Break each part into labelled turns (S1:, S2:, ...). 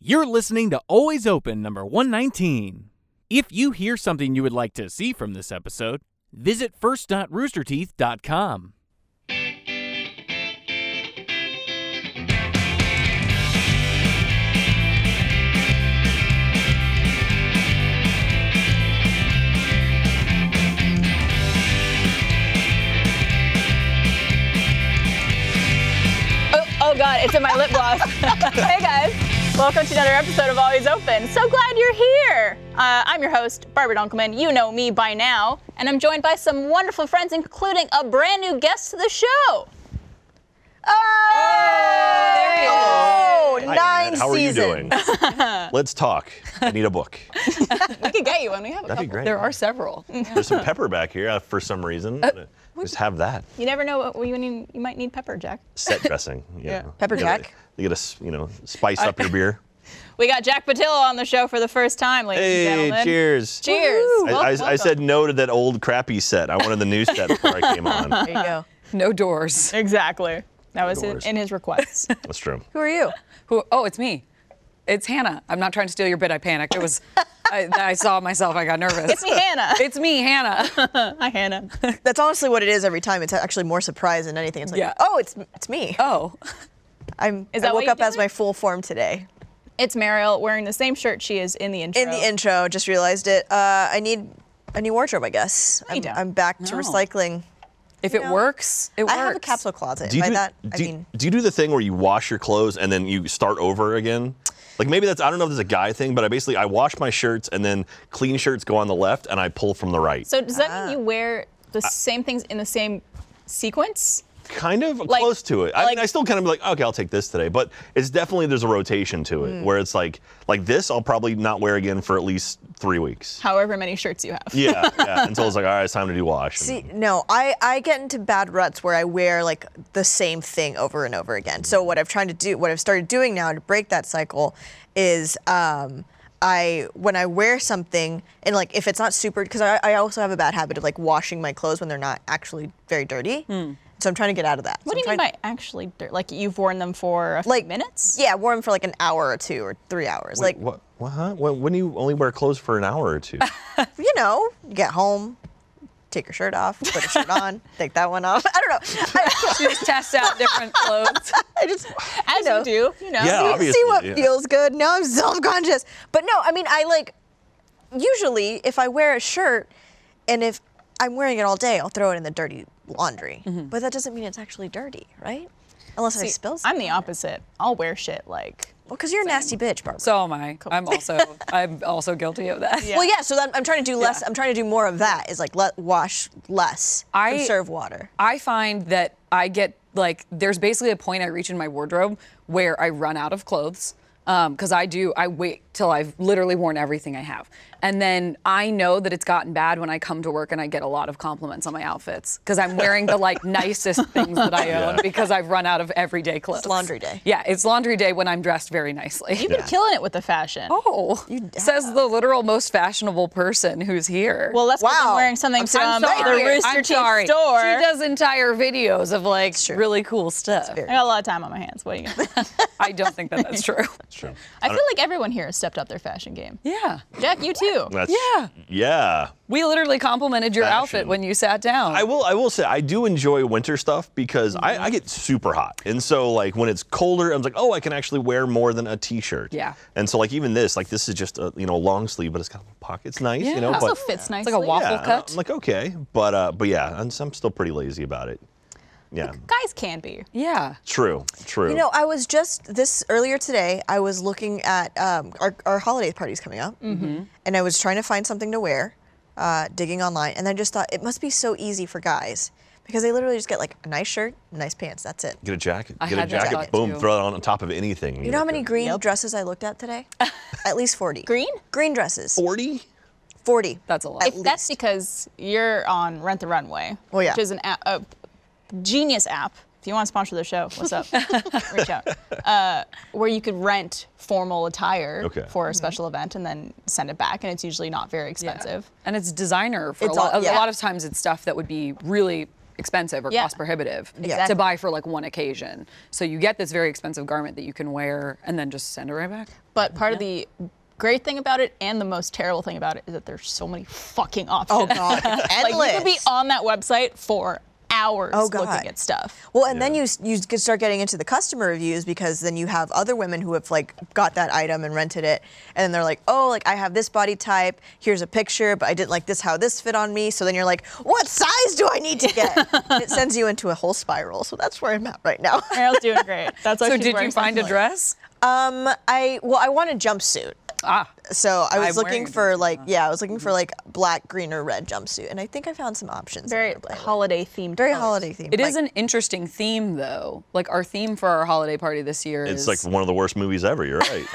S1: You're listening to Always Open number 119. If you hear something you would like to see from this episode, visit first.roosterteeth.com.
S2: Oh, oh God, it's in my lip gloss. hey guys, welcome to another episode of Always Open. So glad you're here. Uh, I'm your host, Barbara Dunkelman. You know me by now, and I'm joined by some wonderful friends, including a brand new guest to the show. Oh,
S3: Hi, Internet. How are you doing? Let's talk. I need a book.
S2: we could get you when we have a
S3: That'd be
S2: couple.
S3: great.
S4: There are several.
S3: There's some pepper back here uh, for some reason. Just have that.
S2: You never know what you, need, you might need pepper, Jack.
S3: Set dressing. You
S4: Yeah.
S3: know.
S4: Pepper
S3: You gotta-
S4: jack.
S3: You gotta, s- you know, spice up your beer.
S2: We got Jack Patillo on the show for the first time, ladies and
S3: Hey,
S2: gentlemen.
S3: cheers.
S2: Cheers.
S3: I,
S2: Wel-
S3: I- I
S2: welcome.
S3: said no to that old crappy set. I wanted the new set before I came on.
S4: There you go. No doors.
S2: Exactly. That was in,
S3: Doors.
S2: in his request.
S3: That's true.
S4: Who are you? Who? Oh, it's me. It's Hannah. I'm not trying to steal your bit. I panicked. It was. I, I saw myself. I got nervous.
S2: it's me, Hannah.
S4: It's me, Hannah.
S2: Hi, Hannah.
S5: That's honestly what it is every time. It's actually more surprise than anything. It's like,
S4: Yeah.
S5: oh, it's it's me.
S4: Oh,
S5: I'm.
S2: Is
S5: I
S2: that what
S5: woke
S2: you
S5: up as
S2: did?
S5: my full form today.
S2: It's Mariel wearing the same shirt she is in the intro.
S5: In
S4: Oh.
S5: the intro, just realized it. Uh, I need a new wardrobe, I guess.
S2: you
S5: I'm,
S2: don't.
S5: I'm back to
S4: No.
S5: recycling.
S4: if it
S5: know,
S4: works, it works.
S5: I have a capsule closet.
S3: Do you
S5: By
S3: do,
S5: that, I
S3: do, you-
S5: mean,
S3: do you do the thing where you wash your clothes and then you start over again? Like maybe that's I don't know if it's a guy thing, but I basically I wash my shirts and then clean shirts go on the left and I pull from the right.
S2: So does that
S4: Ah.
S2: mean you wear the same things in the same sequence?
S3: kind of close to it. I
S2: like-
S3: mean, I still kind of be like, okay, I'll take this today, but it's definitely there's a rotation to it where it's like, like this, I'll probably not wear again for at least three weeks.
S2: However many shirts you have.
S3: yeah, yeah. Until it's like, all right, it's time to do wash. and-
S5: see, no, I I get into bad ruts where I wear like the same thing over and over again. So what I've tried to do, what I've started doing now to break that cycle, is. Um, I when I wear something and like if it's not super because I, I also have a bad habit of like washing my clothes when they're not actually very dirty. So I'm trying to get out of that.
S2: Hmm. What do you mean by actually dirt? Like you've worn them for a few
S5: like
S2: minutes?
S5: Yeah, wore them for like an hour or two or three hours. like
S3: what? What? Huh? When, when do you only wear clothes for an hour or two?
S5: you know, you get home, take your shirt off, put your shirt on, take that one off. I don't know. I,
S4: She just tests out different clothes.
S5: I just
S2: As you do, you know.
S3: Yeah.
S5: see,
S3: obviously,
S5: see what
S3: yeah.
S5: feels good. Now I'm self-conscious, but no, I mean I like. Usually, if I wear a shirt, and if I'm wearing it all day, I'll throw it in the dirty laundry. But that doesn't mean it's actually dirty, right? Unless I
S2: See,
S5: spill
S2: I'm
S5: something.
S2: the opposite. I'll wear shit like
S5: Well, because you're a nasty bitch, Barbara.
S4: So am I. I'm also. I'm also guilty of that.
S2: Yeah.
S5: Well, yeah. So that, I'm trying to do less.
S4: Yeah.
S5: I'm trying to do more of that. Is like let wash less,
S4: I-
S5: conserve water.
S4: I find that I get like there's basically a point I reach in my wardrobe where I run out of clothes because I do I wait till I've literally worn everything I have, and then I know that it's gotten bad when I come to work and I get a lot of compliments on my outfits because I'm wearing the like nicest things that I own because I've run out of everyday clothes.
S5: laundry day.
S4: Yeah, it's laundry day when I'm dressed very nicely.
S2: you've been killing it with the fashion.
S4: Oh, says the literal most fashionable person who's here.
S2: Well, that's because I'm
S5: Wow.
S2: wearing something
S4: I'm
S2: from the
S4: sorry.
S2: Rooster
S4: I'm
S2: Teeth
S4: sorry.
S2: store.
S4: She does entire videos of like
S5: true.
S4: really cool stuff.
S2: I got a lot of time on my hands. What are you gonna do?
S4: I don't think that that's true.
S3: That's true.
S2: I feel like everyone here has stepped up their fashion game.
S4: Yeah.
S2: Jack, you too.
S3: That's,
S4: Yeah.
S3: Yeah.
S4: We literally complimented your
S3: Fashion.
S4: outfit when you sat down.
S3: I will. I will say I do enjoy winter stuff because I, I get super hot, and so like when it's colder, I'm like, oh, I can actually wear more than a t-shirt.
S4: Yeah.
S3: And so like even this, like this is just a you know a long sleeve, but it's got pockets, nice, you know.
S4: Yeah.
S3: but-
S2: Also fits
S4: It's
S2: nicely.
S4: like a waffle
S3: yeah,
S4: cut.
S3: I'm like okay, but uh, but yeah, I'm, I'm still pretty lazy about it. Yeah.
S2: Guys can be.
S4: yeah.
S3: True. True.
S5: You know, I was just this earlier today. I was looking at um, our, our holiday parties coming up,
S2: Mm-hmm.
S5: Mm-hmm. and I was trying to find something to wear, uh, digging online, and I just thought it must be so easy for guys because they literally just get like a nice shirt, nice pants. That's it.
S3: get a jacket.
S4: I
S3: get a
S4: had that
S3: jacket.
S4: thought,
S3: Boom.
S4: too.
S3: Throw it on top of anything.
S5: You know how many green
S2: Yep.
S5: dresses I looked at today? at least forty.
S2: Green?
S5: Green dresses.
S3: Forty.
S5: Forty.
S4: That's a lot.
S5: At
S4: If
S2: That's because you're on Rent the Runway,
S5: Well, yeah.
S2: which is an app, a genius app. If you want to sponsor the show, what's up? Reach out. Uh, where you could rent formal attire
S3: Okay.
S2: for a special event and then send it back, and it's usually not very
S4: Yeah.
S2: expensive.
S4: And it's designer for
S5: It's
S4: a lot.
S5: all-
S4: A
S5: yeah.
S4: lot of times it's stuff that would be really expensive or
S2: Yeah.
S4: cost prohibitive
S2: Exactly.
S4: to buy for like one occasion. So you get this very expensive garment that you can wear and then just send it right back.
S2: But part of the great thing about it and the most terrible thing about it is that there's so many fucking options.
S5: Oh, God.
S2: like you could be
S5: Endless.
S2: on that website for hours
S5: Oh, God.
S2: looking at stuff.
S5: Well, and then you s- you could start getting into the customer reviews because then you have other women who have like got that item and rented it, and then they're like, oh, like I have this body type. Here's a picture, but I didn't like this how this fit on me. So then you're like, what size do I need to get? And it sends you into a whole spiral. So that's where I'm at right now.
S2: Meryl's doing great. That's why
S4: So
S2: she's
S4: did
S2: wearing
S4: you find a
S2: something like-
S4: dress?
S5: Um, I well, I want a jumpsuit.
S4: Ah.
S5: So I was
S4: I'm wearing
S5: looking
S4: a
S5: for
S4: jumpsuit,
S5: like yeah, I was looking for like black, green, or red jumpsuit, and I think I found some options. that
S2: Very
S5: were black.
S2: holiday themed.
S5: very holiday themed.
S4: It is an interesting theme though. Like our theme for our holiday party this year
S3: It's
S4: is
S3: like one of the worst movies ever. You're right.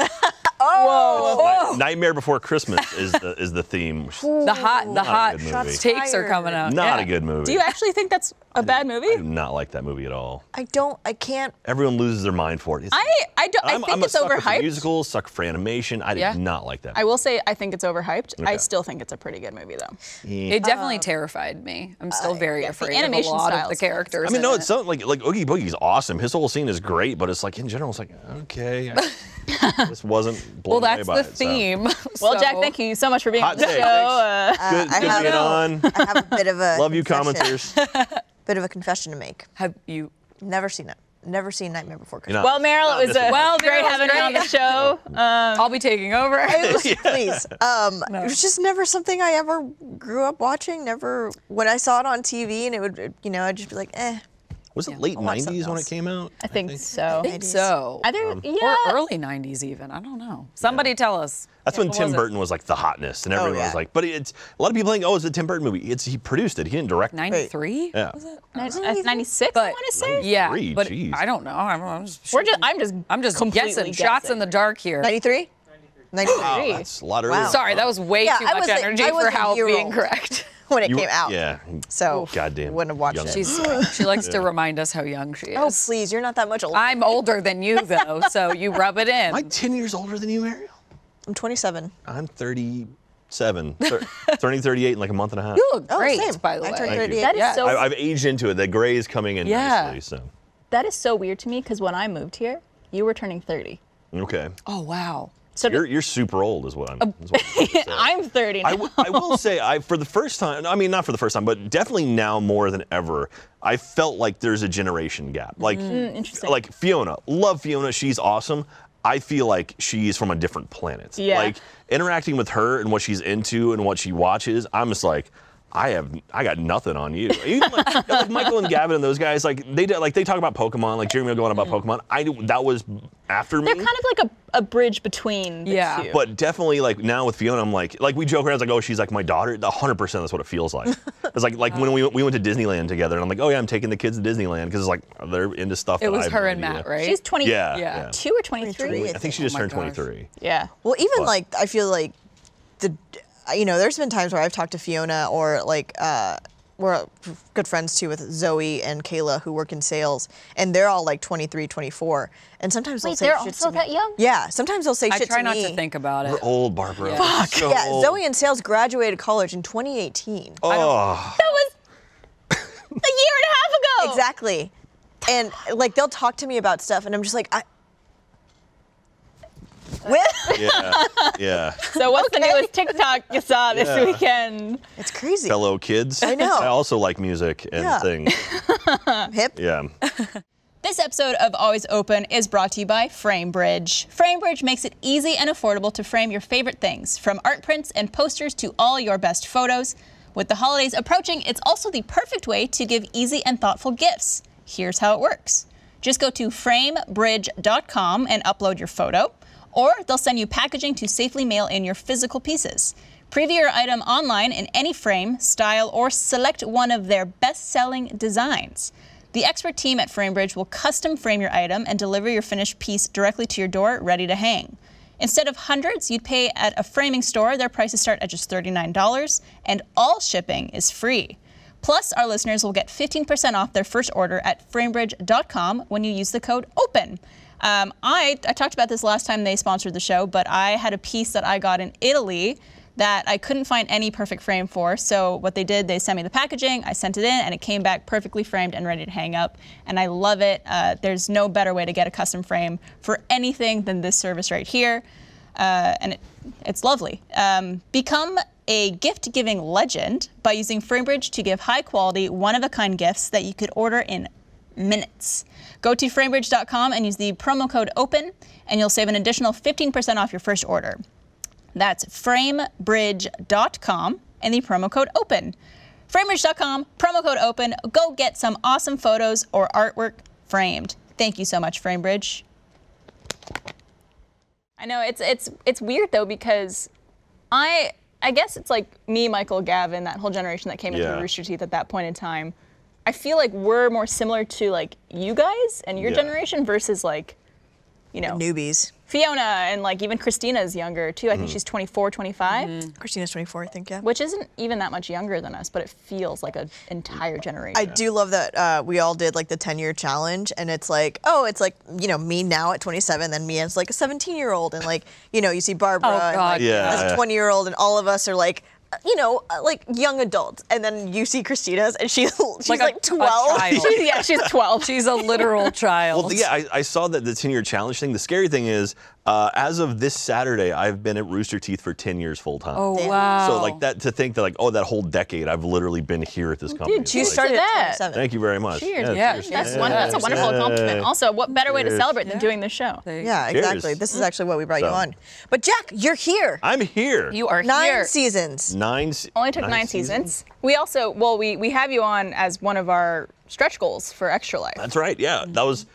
S2: Whoa.
S3: Night- Nightmare Before Christmas is the is the theme. which-
S4: the hot the
S3: a
S4: hot
S3: good movie.
S4: takes are
S5: Shots
S4: coming out.
S3: Not
S4: Yeah.
S3: a good movie.
S2: Do you actually think that's a bad movie?
S3: I do not like that movie at all.
S5: I don't. I can't.
S3: Everyone loses their mind for it. It's-
S2: I I don't. I
S3: I'm-
S2: think
S3: I'm a
S2: it's
S3: sucker
S2: overhyped.
S3: For musicals, sucker for animation. I did
S4: Yeah.
S3: not like that.
S2: I will say I think it's overhyped. I
S3: Okay.
S2: still think it's a pretty good movie though.
S4: It definitely terrified me. I'm still very
S2: Uh, yeah, the
S4: afraid
S2: animation
S4: of a lot
S2: style
S4: of the
S2: is really
S4: characters.
S3: I mean,
S4: in
S3: no,
S4: it.
S3: it's so, like like Oogie Boogie's awesome. His whole scene is great, but it's like in general, it's like okay, I just wasn't
S4: well,
S3: blown away
S4: that's
S3: by
S4: the
S3: it, so.
S4: theme.
S2: Well,
S4: so-
S2: Jack, thank you so much for being
S3: Hot
S2: on the
S3: take.
S2: show. Uh,
S3: Good,
S5: I
S3: good to
S5: have-
S3: get on.
S5: I have a bit of a
S3: Love you,
S5: confession-
S3: commenters.
S5: Bit of a confession to make.
S4: Have you?
S5: Never seen it. Never seen Nightmare Before
S3: You're
S5: Christmas.
S2: well,
S3: not-
S2: Meryl,
S3: not
S4: uh,
S2: it was a
S3: disappointed.
S4: Well,
S2: great
S4: Meryl, it
S2: having
S4: was
S2: you on the show. Um,
S4: I'll be taking over.
S5: Please. Um, It was just never something I ever grew up watching. Never when I saw it on TV, and it would, you know, I'd just be like, eh.
S3: Was it late
S5: I'll watch something
S3: '90s when it
S5: else.
S3: came out?
S2: I think so.
S4: I think so.
S2: Either
S3: Um,
S2: yeah,
S4: or early 90s, even. I don't know. Somebody tell us.
S3: That's when
S4: What
S3: Tim
S4: was it?
S3: Burton was like the hotness, and everyone
S5: yeah.
S3: was like, "But it's a lot of people think, oh, it's a Tim Burton movie. It's he produced it. He didn't direct it.
S4: 93?
S3: Yeah.
S2: Nin- uh, 96, I
S4: But-
S2: want to say.
S4: Yeah,
S3: Three,
S4: but
S3: jeez.
S4: I don't know. I'm, I'm just.
S2: We're just,
S4: shooting-
S2: I'm just,
S4: I'm just
S2: completely
S4: guessing. Shots in the dark here.
S5: 93. 93.
S3: Wow, that's a lot earlier.
S5: Wow.
S4: Sorry, that was way
S5: Yeah,
S4: too
S5: I
S4: much
S5: was a-
S4: energy
S5: I was
S4: for
S5: a
S4: how
S5: year
S4: being
S5: old.
S4: correct.
S5: When it
S3: You-
S5: came out.
S3: Yeah.
S5: So
S3: Goddamn
S5: wouldn't have watched
S3: young
S5: it.
S4: She's, she likes to remind us how young she is.
S5: Oh please, you're not that much older.
S4: I'm older than you, though, so you rub it in.
S3: Am I 10 years older than you, Ariel?
S5: I'm 27.
S3: I'm 37, thir- turning 38 in like a month and a half.
S4: you look
S5: Oh,
S4: great,
S5: same.
S4: by the
S5: I
S4: way.
S5: turned
S3: Thank you.
S5: 38.
S2: That is
S4: Yeah.
S2: so
S3: I, I've aged into it. The gray is coming in
S4: Yeah.
S3: nicely. So,
S2: that is so weird to me because when I moved here, you were turning 30.
S3: okay.
S4: Oh wow.
S2: So
S3: You're, you're super old, is what I'm. is what I'm saying.
S2: I'm 30 now.
S3: I, w- I will say, I for the first time, I mean, not for the first time, but definitely now more than ever, I felt like there's a generation gap. Like,
S2: Mm, interesting.
S3: like Fiona, love Fiona, she's awesome. I feel like she's from a different planet.
S2: Yeah.
S3: Like interacting with her and what she's into and what she watches, I'm just like, I have, I got nothing on you. Even like, like Michael and Gavin and those guys, like they did, like they talk about Pokemon, like Jeremy will go on about Pokemon. I knew- that was after me.
S2: Mm. They're kind of like a, a bridge between the
S4: Yeah.
S2: two.
S3: But definitely, like now with Fiona, I'm like, like we joke around, it's like, oh, she's like my daughter. 100 percent that's what it feels like. It's like, like when we, we went to Disneyland together, and I'm like, oh yeah, I'm taking the kids to Disneyland because it's like they're into stuff.
S4: It
S3: that I
S4: was
S3: have
S4: her
S3: no
S4: and
S3: idea.
S4: Matt, right?
S2: She's 22
S3: Yeah,
S4: Yeah.
S3: yeah.
S2: or 23.
S3: I think she just
S4: my
S3: turned
S4: gosh.
S3: 23.
S2: Yeah.
S5: Well, even
S3: But-
S5: like I feel like the you know, there's been times where I've talked to Fiona or like uh, we're good friends too with Zoe and Kayla who work in sales, and they're all like 23, 24, and sometimes they'll
S2: Wait,
S5: say
S2: they're
S5: shit
S2: also
S5: to me.
S2: that young?
S5: Yeah, sometimes they'll say
S4: I
S5: shit
S4: try
S5: to
S4: not
S5: me.
S4: to think about it.
S3: We're old, Barbara.
S4: Yeah.
S3: We're
S4: Fuck,
S3: so
S5: Yeah,
S3: old.
S5: Zoe in sales graduated college in 2018.
S3: Oh,
S2: That was a year and a half ago.
S5: Exactly. And like they'll talk to me about stuff, and I'm just like, I. With?
S3: yeah, yeah.
S2: So what's the newest TikTok you saw this
S3: Yeah.
S2: weekend?
S5: It's crazy.
S3: Fellow kids. I
S5: know.
S3: I also like music and
S5: Yeah.
S3: things.
S5: Hip.
S3: Yeah.
S2: This episode of Always Open is brought to you by FrameBridge. FrameBridge makes it easy and affordable to frame your favorite things, from art prints and posters to all your best photos. With the holidays approaching, it's also the perfect way to give easy and thoughtful gifts. Here's how it works just go to framebridge.com and upload your photo, or they'll send you packaging to safely mail in your physical pieces. Preview your item online in any frame, style, or select one of their best selling designs. The expert team at FrameBridge will custom frame your item and deliver your finished piece directly to your door, ready to hang. Instead of hundreds you'd pay at a framing store, their prices start at just $39, and all shipping is free. Plus, our listeners will get 15% off their first order at framebridge.com when you use the code OPEN. Um, I, I talked about this last time they sponsored the show, but I had a piece that I got in Italy that I couldn't find any perfect frame for. So what they did, they sent me the packaging, I sent it in, and it came back perfectly framed and ready to hang up. And I love it. Uh, there's no better way to get a custom frame for anything than this service right here. Uh, and it, it's lovely. Um, become a gift giving legend by using FrameBridge to give high quality, one of a kind gifts that you could order in minutes. Go to framebridge.com and use the promo code OPEN, and you'll save an additional 15% off your first order. That's framebridge.com and the promo code OPEN. Framebridge.com, promo code OPEN. Go get some awesome photos or artwork framed. Thank you so much, Framebridge. I know it's it's it's weird though because I I guess it's like me, Michael, Gavin, that whole generation that came
S3: Yeah.
S2: into Rooster Teeth at that point in time. I feel like we're more similar to like you guys and your
S3: Yeah.
S2: generation versus like you know
S5: Newbies.
S2: Fiona and like even Christina's younger too. I think she's 24, 25,
S5: Christina's 24, I think, yeah.
S2: which isn't even that much younger than us, but it feels like an entire generation.
S5: I do love that uh, we all did like the 10 year challenge, and it's like, oh, it's like, you know, me now at 27, then me as like a 17 year old, and like, you know, you see Barbara
S4: Oh,
S5: and,
S4: God,
S5: like,
S3: yeah.
S5: as a 20 year old, and all of us are like, uh, you know, uh, like young adults, and then you see Christina's, and she's she's like,
S4: a- a
S5: 12.
S4: child.
S2: She's- yeah, she's 12.
S4: She's a literal child.
S3: Well, yeah, I, I saw that the 10 year challenge thing. The scary thing is, uh, as of this Saturday, I've been at Rooster Teeth for 10 years full time.
S4: Oh, wow.
S3: So like that to think that like oh that whole decade I've literally been here at this company. It's
S2: you
S3: like,
S2: started- that.
S3: Thank you very much.
S2: Cheers.
S4: Yeah,
S3: cheers.
S2: That's,
S4: Yeah.
S2: one, that's a wonderful
S3: Yeah.
S2: accomplishment. Also, what better way to
S3: Cheers.
S2: celebrate than doing this show?
S4: They-
S5: Yeah,
S3: Cheers.
S5: exactly. This is actually what we brought you
S3: So-
S5: on. But Jack, you're here.
S3: I'm here.
S4: You are
S5: Nine
S4: here.
S5: seasons.
S3: nine.
S2: Only took nine, seasons. We also, well, we, we have you on as one of our stretch goals for Extra Life.
S3: That's right. Yeah, that was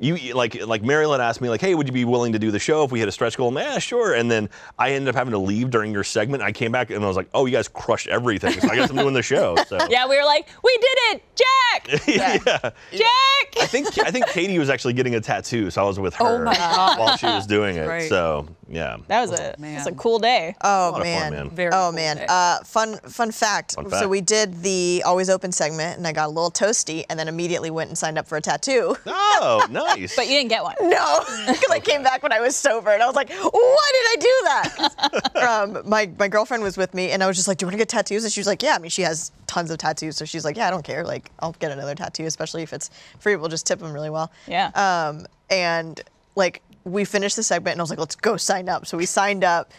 S2: Mm-hmm.
S3: you. Like like Marilyn asked me like, hey, would you be willing to do the show if we hit a stretch goal? Yeah, sure. And then I ended up having to leave during your segment. I came back and I was like, oh, you guys crushed everything. So I guess I'm doing the show. So
S2: yeah, we were like, we did it, Jack!
S3: I
S2: Jack!
S3: think I think Katie was actually getting a tattoo, so I was with her
S4: Oh my God.
S3: while she was doing it.
S4: Right.
S3: So yeah.
S2: That was a, that was a
S4: man.
S2: cool day.
S5: Oh
S3: lot of fun,
S5: man.
S3: man.
S4: Very
S5: oh
S4: cool
S5: man.
S4: day.
S5: Uh, fun fun fact.
S3: Fun
S5: So
S3: fact.
S5: we did the always open segment, and I got a little toasty, and then immediately went and signed up for a tattoo.
S3: Oh, nice.
S2: but you didn't get one.
S5: No, because I came back when I was sober, and I was like, "Why did I do that?" um, my my girlfriend was with me, and I was just like, "Do you want to get tattoos?" And she was like, "Yeah." I mean, she has tons of tattoos, so she's like, "Yeah, I don't care. Like, I'll get another tattoo, especially if it's free. We'll just tip them really well."
S2: Yeah.
S5: Um, and like we finished the segment, and I was like, "Let's go sign up." So we signed up,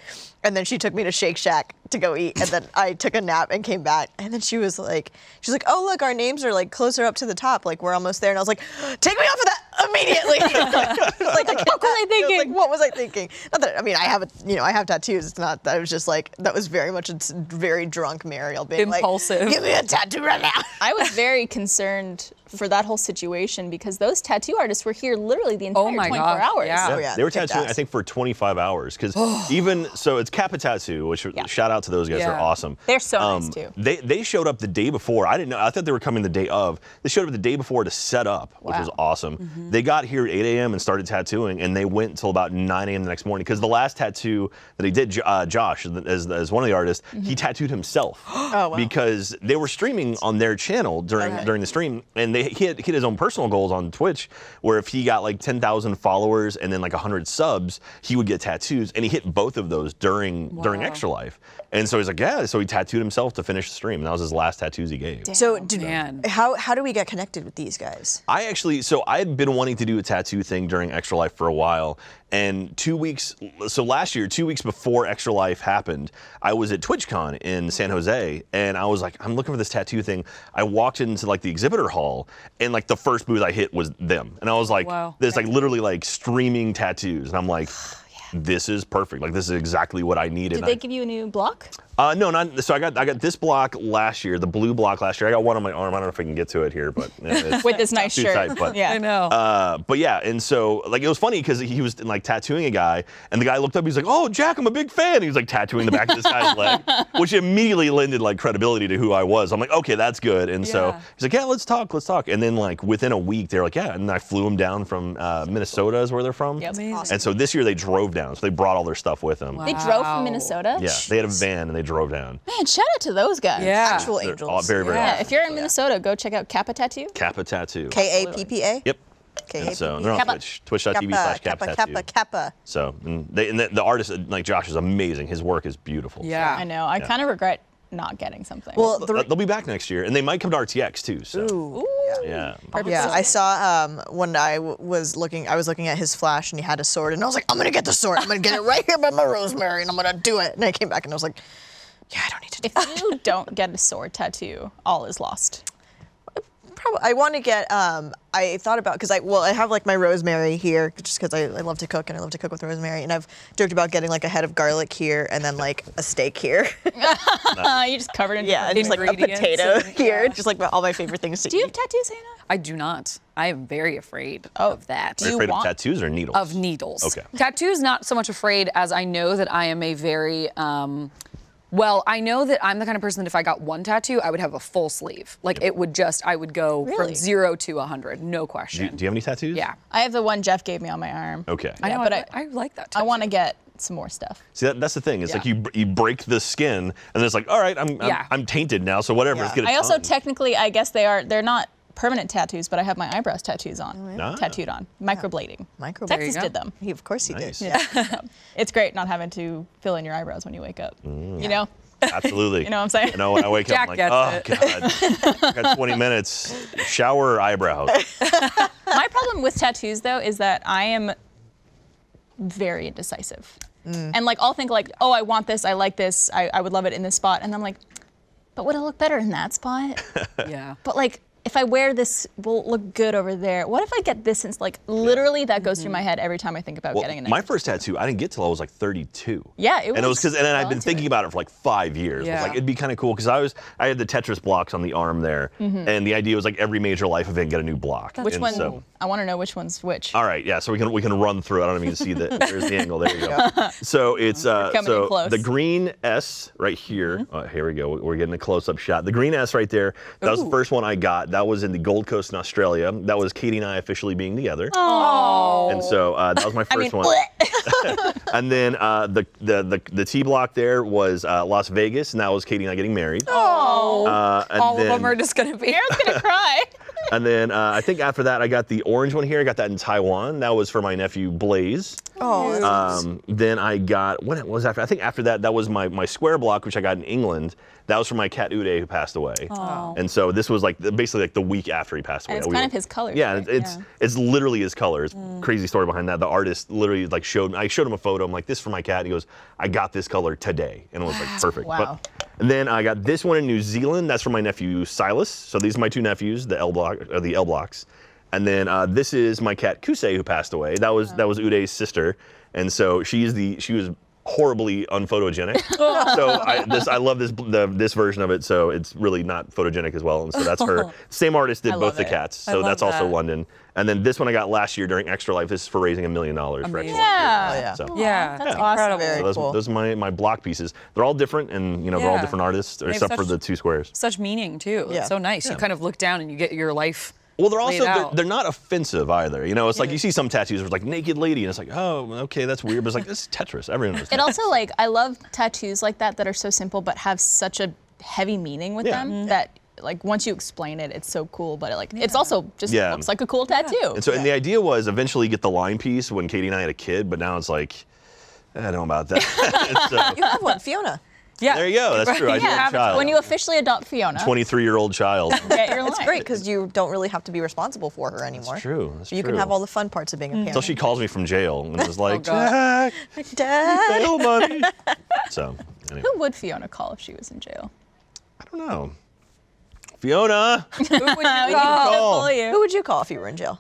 S5: and then she took me to Shake Shack to go eat, and then I took a nap and came back, and then she was like, "She's like, oh look, our names are like closer up to the top, like we're almost there," and I was like, "Take me off of that immediately!" like, like, what was I
S2: thinking?
S5: like, what was I thinking? Not that I mean, I have a, you know, I have tattoos. It's not that I was just like that was very much it's very drunk Mariel being
S4: Impulsive.
S5: like, "Give me a tattoo right now."
S2: I was very concerned for that whole situation because those tattoo artists were here literally the entire
S4: Oh my
S2: 24
S4: gosh,
S2: hours.
S4: yeah.
S5: Oh, yeah,
S3: they were
S5: kicked
S3: tattooing,
S5: ass.
S3: I think, for 25 hours. Because even so, it's Kappa Tattoo, which shout out to those guys. They're
S4: Yeah.
S3: awesome. Um,
S2: They're so nice, too.
S3: They they showed up the day before. I didn't know. I thought they were coming the day of. They showed up the day before to set up, which was awesome. They got here at 8 a.m. and started tattooing, and they went until about 9 a.m. the next morning. Because the last tattoo that he did, Jo- uh, Josh, as, as one of the artists, he tattooed himself oh,
S5: wow.
S3: because they were streaming on their channel during during the stream, and they he had, he had his own personal goals on Twitch, where if he got like 10,000 followers and then like 100 subs, he would get tattoos, and he hit both of those during during Extra Life, and so he's like, yeah, so he tattooed himself to finish the stream. That was his last tattoos he gave.
S5: So, did,
S4: man.
S5: how how do we get connected with these guys?
S3: I actually, so I had been wanting to do a tattoo thing during Extra Life for a while. And two weeks, so last year, two weeks before Extra Life happened, I was at TwitchCon in San Jose. And I was like, I'm looking for this tattoo thing. I walked into like the exhibitor hall, and like the first booth I hit was them. And I was like,
S4: Wow.
S3: there's like literally like streaming tattoos. And I'm like, This is perfect. Like this is exactly what I needed.
S2: Did
S3: And I-
S2: they give you a new block?
S3: uh, no, not so. I got I got this block last year, the blue block last year. I got one on my arm. I don't know if I can get to it here, but eh, it's-
S2: With this nice
S3: too
S2: shirt.
S3: tight, but-
S2: yeah.
S4: I know.
S3: uh, but yeah, and so like it was funny because he was like tattooing a guy, and the guy looked up. He's like, "Oh, Jack, I'm a big fan." He was like tattooing the back of this guy's leg, which immediately lended like credibility to who I was. I'm like, "Okay, that's good." And so
S4: Yeah.
S3: he's like, "Yeah, let's talk, let's talk." And then like within a week, they're like, "Yeah," and I flew him down from uh, Minnesota, is where they're from.
S2: Yep.
S4: Amazing.
S3: And so this year they drove down, so they brought all their stuff with them.
S2: They drove
S4: Wow.
S2: from Minnesota.
S3: Yeah, they had a van and they drove down.
S2: Man, shout out to those guys.
S4: yeah.
S5: Actual
S3: They're
S5: angels.
S3: all very, very
S2: Yeah,
S3: awesome.
S2: if you're in Minnesota, go check out Kappa Tattoo.
S3: Kappa tattoo.
S5: K A P P A.
S3: Yep.
S5: Okay.
S3: And so and they're on
S2: Kappa.
S3: Twitch, twitch.tv slash
S5: Kappa,
S3: Kappa
S5: Kappa,
S3: Tattoo.
S5: Kappa.
S3: So and, they, and the, the artist, uh, like Josh, is amazing. His work is beautiful. So.
S4: Yeah.
S2: I know. I kind of regret not getting something.
S5: Well,
S3: But
S5: the,
S3: They'll be back next year, and they might come to RTX too. So
S5: Ooh.
S3: yeah,
S2: Perfect
S5: Yeah, I
S2: system.
S5: saw um, when I w- was looking. I was looking at his flash, and he had a sword, and I was like, "I'm gonna get the sword. I'm gonna get it right here by my rosemary, and I'm gonna do it." And I came back, and I was like, "Yeah, I don't need to do."
S2: if you don't get a sword tattoo, all is lost.
S5: Probably, I want to get. Um, I thought about because I well, I have like my rosemary here, just because I, I love to cook and I love to cook with rosemary, and I've joked about getting like a head of garlic here, and then like a steak here.
S2: Uh, you just covered in.
S5: yeah, and just like a
S4: Ingredients
S5: potato
S4: and-
S5: here,
S4: yeah.
S5: just like my, all my favorite things to
S2: Do you have
S5: eat.
S2: tattoos, Hannah?
S4: I do not. I am very afraid
S5: Oh.
S4: of that.
S2: you
S3: afraid of
S2: want-
S3: tattoos or needles?
S4: of needles.
S3: Okay.
S4: Tattoos, not so much afraid as I know that I am a very, um, well, I know that I'm the kind of person that if I got one tattoo, I would have a full sleeve. Like it would just, I would go
S2: Really?
S4: from zero to a 100, no
S3: do, you,
S4: question.
S3: do you have any tattoos?
S4: yeah.
S2: I have the one Jeff gave me on my arm.
S3: Okay.
S4: I know,
S2: but
S4: I,
S2: I-
S4: I like that
S2: I
S4: tattoo.
S2: want to get some more stuff.
S3: See, that, that's the thing. It's
S4: Yeah.
S3: like you br- you break the skin, and it's like, all right, I'm I'm,
S4: Yeah.
S3: I'm tainted now, so whatever. Let's
S5: Yeah.
S3: get it
S2: I also
S3: done.
S2: technically, I guess they are. They're not permanent tattoos, but I have my eyebrows tattoos on,
S3: Ah.
S2: tattooed on, microblading.
S5: Microblading. There you
S2: Texas
S4: go.
S2: did them.
S5: He, of course, he
S3: Nice.
S5: did.
S2: It's great not having to fill in your eyebrows when you wake up. You know,
S3: Absolutely.
S2: You know what I'm saying?
S3: I know when I wake up,
S4: Jack
S3: I'm
S4: gets
S3: like, oh god, I got 20 minutes. Shower, eyebrows.
S2: my problem with tattoos though is that I am very indecisive, and like I'll think like, oh, I want this, I like this, I, I would love it in this spot, and I'm like, but would it look better in that spot?
S4: Yeah.
S2: but like if I wear this, will it look good over there? What if I get this? Since like literally that goes through my head every time I think about
S3: Mm-hmm. Well,
S2: getting a
S3: my
S2: neck.
S3: first tattoo, I didn't get till I was like 32.
S2: Yeah, it
S3: And it
S2: was
S3: was because, and then I've
S2: well
S3: been
S2: into
S3: thinking
S2: it.
S3: about it for like five years. I was
S4: Yeah.
S3: like, it'd be kind of cool because I was, I had the Tetris blocks on the arm there,
S2: Mm-hmm.
S3: and the idea was like every major life event get a new block.
S2: Which
S3: And
S2: one?
S3: so-
S2: I want to know which one's which.
S3: all right, yeah. So we can we can run through. I don't even see the there's the angle. There you go. So it's uh,
S2: coming in
S3: so
S2: close. Mm-hmm.
S3: the green S right here. Uh, here we go. We're getting a close up shot. The green S right there. That was the first one I got. That was in the Gold Coast in Australia. That was Katie and I officially being together.
S2: Oh.
S3: And so uh, that was my first
S2: I mean,
S3: one. And then uh, the, the the the T block there was uh, Las Vegas, and that was Katie and I getting married.
S4: Oh.
S3: Uh, and
S4: All
S3: then,
S4: of them are just going to be.
S2: Aaron's gonna cry.
S3: And then uh, I think after that, I got the orange one here. I got that in Taiwan. That was for my nephew Blaze.
S5: Oh, that's
S3: Um, then I got when it was after. I think after that, that was my my square block, which I got in England. That was from my cat Uday who passed away. And so this was like the- basically like the week after he passed
S2: And
S3: away.
S2: it's
S3: We
S2: kind
S3: were-
S2: of his colors,
S3: Yeah,
S2: right?
S3: it's- it's
S2: Yeah. Mm.
S3: it's literally his colors. Crazy story behind that. The artist literally like showed I showed him a photo. I'm like, this is for my cat. And he goes, I got this color today, and it was like perfect.
S2: Wow.
S3: But, and then I got this one in New Zealand. That's from my nephew Silas. So these are my two nephews, the L block or the L blocks. And then uh, this is my cat Kusei who passed away. That was that was Uday's sister, and so she's the she was horribly unphotogenic. so I, this I love this the, this version of it. So it's really not photogenic as well. And so that's her. Same artist did
S2: I
S3: both
S2: love
S3: the
S2: it.
S3: cats.
S4: I
S3: So
S4: love
S3: that's also
S4: that.
S3: London. And then this one I got last year during Extra Life. This is for raising a million dollars for Extra
S4: Amazing.
S3: Life.
S2: Yeah.
S5: Oh, yeah.
S3: So.
S4: Yeah.
S2: That's
S4: That's
S2: awesome.
S4: incredible.
S5: Very
S3: So those,
S5: cool.
S3: those are my, my block pieces. They're all different, and you know they're all
S4: Yeah.
S3: different artists,
S4: have
S3: except for
S4: such-
S3: the two squares.
S4: Such meaning too.
S5: Yeah.
S4: It's so nice. You kind of look down and you get your life.
S3: Well, they're
S4: laid
S3: also they're,
S4: out.
S3: they're not offensive either. You know, it's like you see some tattoos where it's like naked lady, and it's like, oh, okay, that's weird, but it's like this is Tetris. Everyone knows.
S2: It
S3: Tetris.
S2: also like I love tattoos like that that are so simple but have such a heavy meaning with
S3: Yeah.
S2: them that like once you explain it, it's so cool. But it, like it's also just
S3: Yeah.
S2: looks like a cool tattoo.
S3: And so, and the idea was eventually get the line piece when Katie and I had a kid, but now it's like, I don't know about that. so,
S5: You have one, Fiona.
S4: Yeah.
S3: there you go. That's true. I did
S2: yeah,
S3: a child.
S2: when you officially adopt Fiona,
S3: 23-year-old child.
S2: get your
S5: It's
S2: line.
S5: great because you don't really have to be responsible for her anymore.
S3: true, that's
S5: you can
S3: true.
S5: have all the fun parts of being a parent.
S3: So she calls me from jail and is like,
S4: Oh, God.
S3: Jack,
S5: Dad.
S3: bail money. so, anyway,
S2: Who would Fiona call if she was in jail?
S3: I don't know. Fiona,
S4: Who would you call?
S2: Call you.
S5: Who would you call if you were in jail?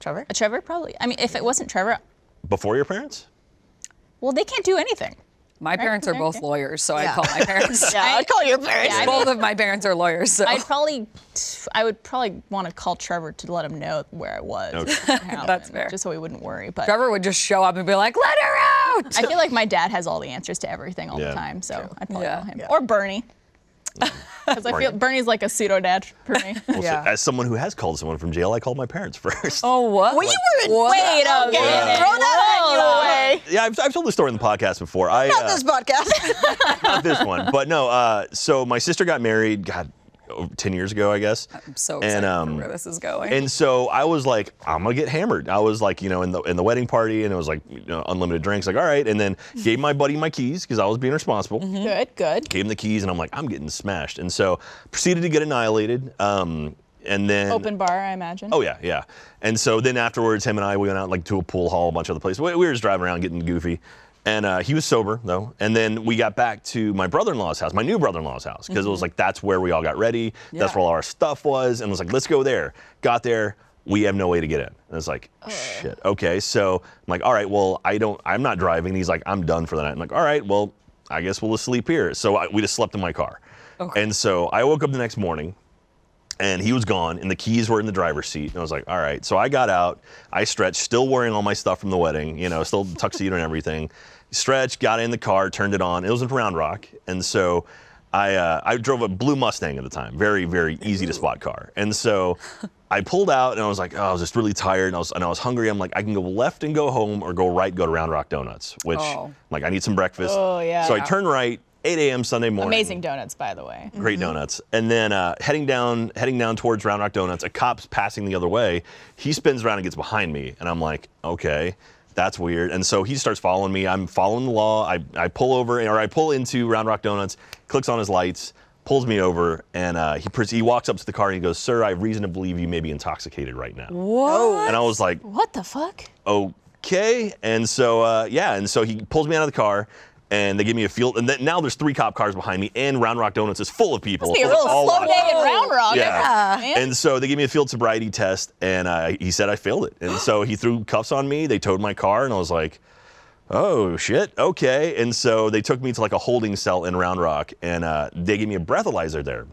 S5: Trevor?
S2: Trevor, probably. I mean, if it wasn't Trevor,
S3: before your parents?
S2: well, they can't do anything.
S4: My parents are both lawyers, so I
S5: Yeah.
S4: call my parents.
S5: Yeah, I'd call your parents.
S2: Yeah, I
S4: Both of my parents are lawyers, so
S2: I'd probably, I would probably want to call Trevor to let him know where I was.
S3: Okay.
S2: How-
S4: That's fair.
S2: Just so he wouldn't worry. But
S4: Trevor would just show up and be like, "Let her out."
S2: I feel like my dad has all the answers to everything all
S3: Yeah.
S2: the time, so I'd probably
S4: Yeah.
S2: call him
S5: Yeah.
S2: or Bernie. Because I feel
S3: Bernie.
S2: Bernie's like a pseudo dad for me.
S3: Well, so
S5: Yeah.
S3: as someone who has called someone from jail, I called my parents first.
S4: Oh, what?
S5: Well, you were in
S4: What?
S2: Wait a
S5: Okay,
S2: minute.
S5: Throw that at you away.
S3: Yeah, I've, I've told this story in the podcast before. I
S5: Not
S3: uh,
S5: this podcast.
S3: not this one, but no. Uh, so my sister got married. God, ten years ago, I guess.
S4: I'm so excited
S3: and,
S4: for
S3: um,
S4: where this is going.
S3: And so I was like, I'm gonna get hammered. I was like, you know, in the in the wedding party, and it was like you know, unlimited drinks. Like, all right, and then gave my buddy my keys because I was being responsible.
S4: Mm-hmm.
S2: Good, good.
S3: Gave him the keys, and I'm like, I'm getting smashed. And so proceeded to get annihilated. Um, and then
S2: Open bar, I imagine.
S3: Oh yeah, yeah. And so then afterwards, him and I we went out like to a pool hall, a bunch of other places. We, we were just driving around getting goofy, and uh, he was sober though. And then we got back to my brother-in-law's house, my new brother-in-law's house, because it was like that's where we all got ready. That's
S4: Yeah.
S3: where all our stuff was, and it was like let's go there. Got there. We have no way to get in. And it's like, shit. Okay. So I'm like, all right, well, I don't, I'm not driving. And he's like, I'm done for the night. I'm like, all right, well, I guess we'll just sleep here. So I, we just slept in my car. And so I woke up the next morning and he was gone and the keys were in the driver's seat and i was like all right so i got out i stretched still wearing all my stuff from the wedding you know still tuxedo and everything stretched got in the car turned it on it was in round rock and so i uh, i drove a blue mustang at the time very very easy to spot car and so i pulled out and i was like oh i was just really tired and i was and i was hungry i'm like i can go left and go home or go right and go to round rock donuts which
S4: Oh.
S3: like i need some breakfast
S2: Oh, yeah.
S3: so i turned right 8 a.m sunday morning
S2: Amazing donuts, by the way.
S3: great donuts. And then uh, heading down, heading down towards Round Rock Donuts, a cop's passing the other way. He spins around and gets behind me, and I'm like, okay, that's weird. And so he starts following me. I'm following the law. I, I pull over, or I pull into Round Rock Donuts. Clicks on his lights, pulls me over, and uh, he pres- he walks up to the car and he goes, "Sir, I have reason to believe you may be intoxicated right now."
S4: Whoa.
S3: And I was like,
S2: What the fuck?
S3: okay. And so, uh, yeah, and so he pulls me out of the car. And they give me a field, and then, now there's three cop cars behind me, and Round Rock Donuts is full of people.
S2: Must be a
S3: full of
S2: real
S3: all
S2: slow
S3: watching.
S2: day in Round Rock.
S3: Yeah.
S2: man.
S3: And so they gave me a field sobriety test, and uh, he said I failed it. And so he threw cuffs on me. They towed my car, and I was like, "Oh shit, okay." And so they took me to like a holding cell in Round Rock, and uh, they gave me a breathalyzer there.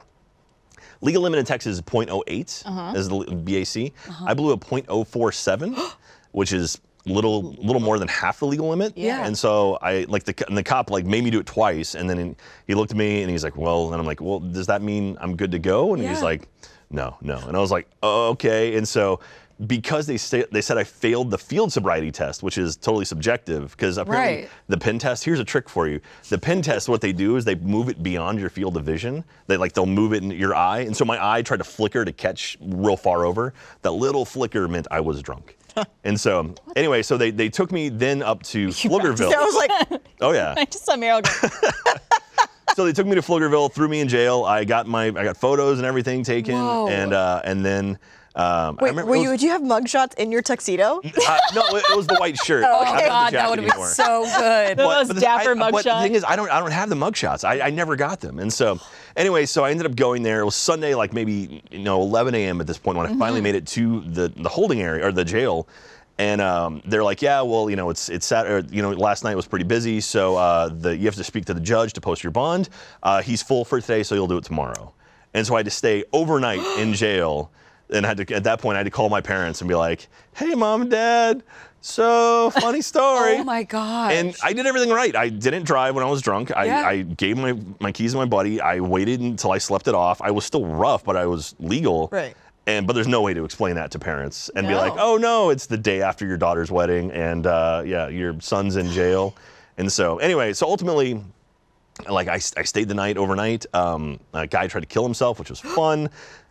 S3: Legal limit in Texas is 0.08
S4: Uh-huh.
S3: is the l- BAC. I blew a 0.047, which is little little more than half the legal limit.
S4: Yeah.
S3: And so I like the co- and the cop like made me do it twice, and then he looked at me and he's like, "Well," and I'm like, "Well, does that mean I'm good to go?" And he's
S4: Yeah.
S3: like, "No, no." And I was like, oh, "Okay." And so. Because they say, they said I failed the field sobriety test, which is totally subjective. Because apparently
S4: Right.
S3: the pin test here's a trick for you the pin test what they do is they move it beyond your field of vision they like they'll move it in your eye and so my eye tried to flicker to catch real far over that little flicker meant i was drunk and so anyway so they, they took me then up to
S5: So I was
S3: pflugerville
S5: like,
S3: oh yeah
S2: I just saw Meryl go,
S3: so they took me to Pflugerville, threw me in jail. I got my I got photos and everything taken,
S4: Whoa.
S3: and uh, and then um, I
S5: wait,
S3: remember
S5: were
S3: it
S5: you?
S3: was-
S5: Did you have mugshots in your tuxedo?
S3: uh, no, it, it was the white shirt. I don't have the
S4: Oh, God, that
S3: jacket
S4: would have been
S3: anymore.
S4: so good.
S2: Well, those
S3: this- I-
S2: dapper
S3: but the
S2: mugshots.
S3: thing is, I don't, I don't have the mugshots. I, I never got them. And so, anyway, so I ended up going there. It was Sunday, like maybe you know 11 a.m. at this point when I
S2: Mm-hmm.
S3: finally made it to the the holding area or the jail. And um, they're like, yeah, well, you know, it's it's Sat- or, you know, last night was pretty busy, so uh, the you have to speak to the judge to post your bond. Uh, he's full for today, so you'll do it tomorrow. And so I had to stay overnight in jail. And I had to, at that point, I had to call my parents and be like, "Hey, mom and dad, so funny story.
S4: Oh my god.
S3: And I did everything right. I didn't drive when I was drunk. I,
S4: Yeah.
S3: I gave my, my keys to my buddy. I waited until I slept it off. I was still rough, but I was legal.
S5: Right.
S3: And but there's no way to explain that to parents and be like,
S2: No.
S3: oh no, it's the day after your daughter's wedding, and uh, yeah, your son's in jail. And so anyway, so ultimately, like I, I stayed the night overnight. Um, a guy tried to kill himself, which was fun.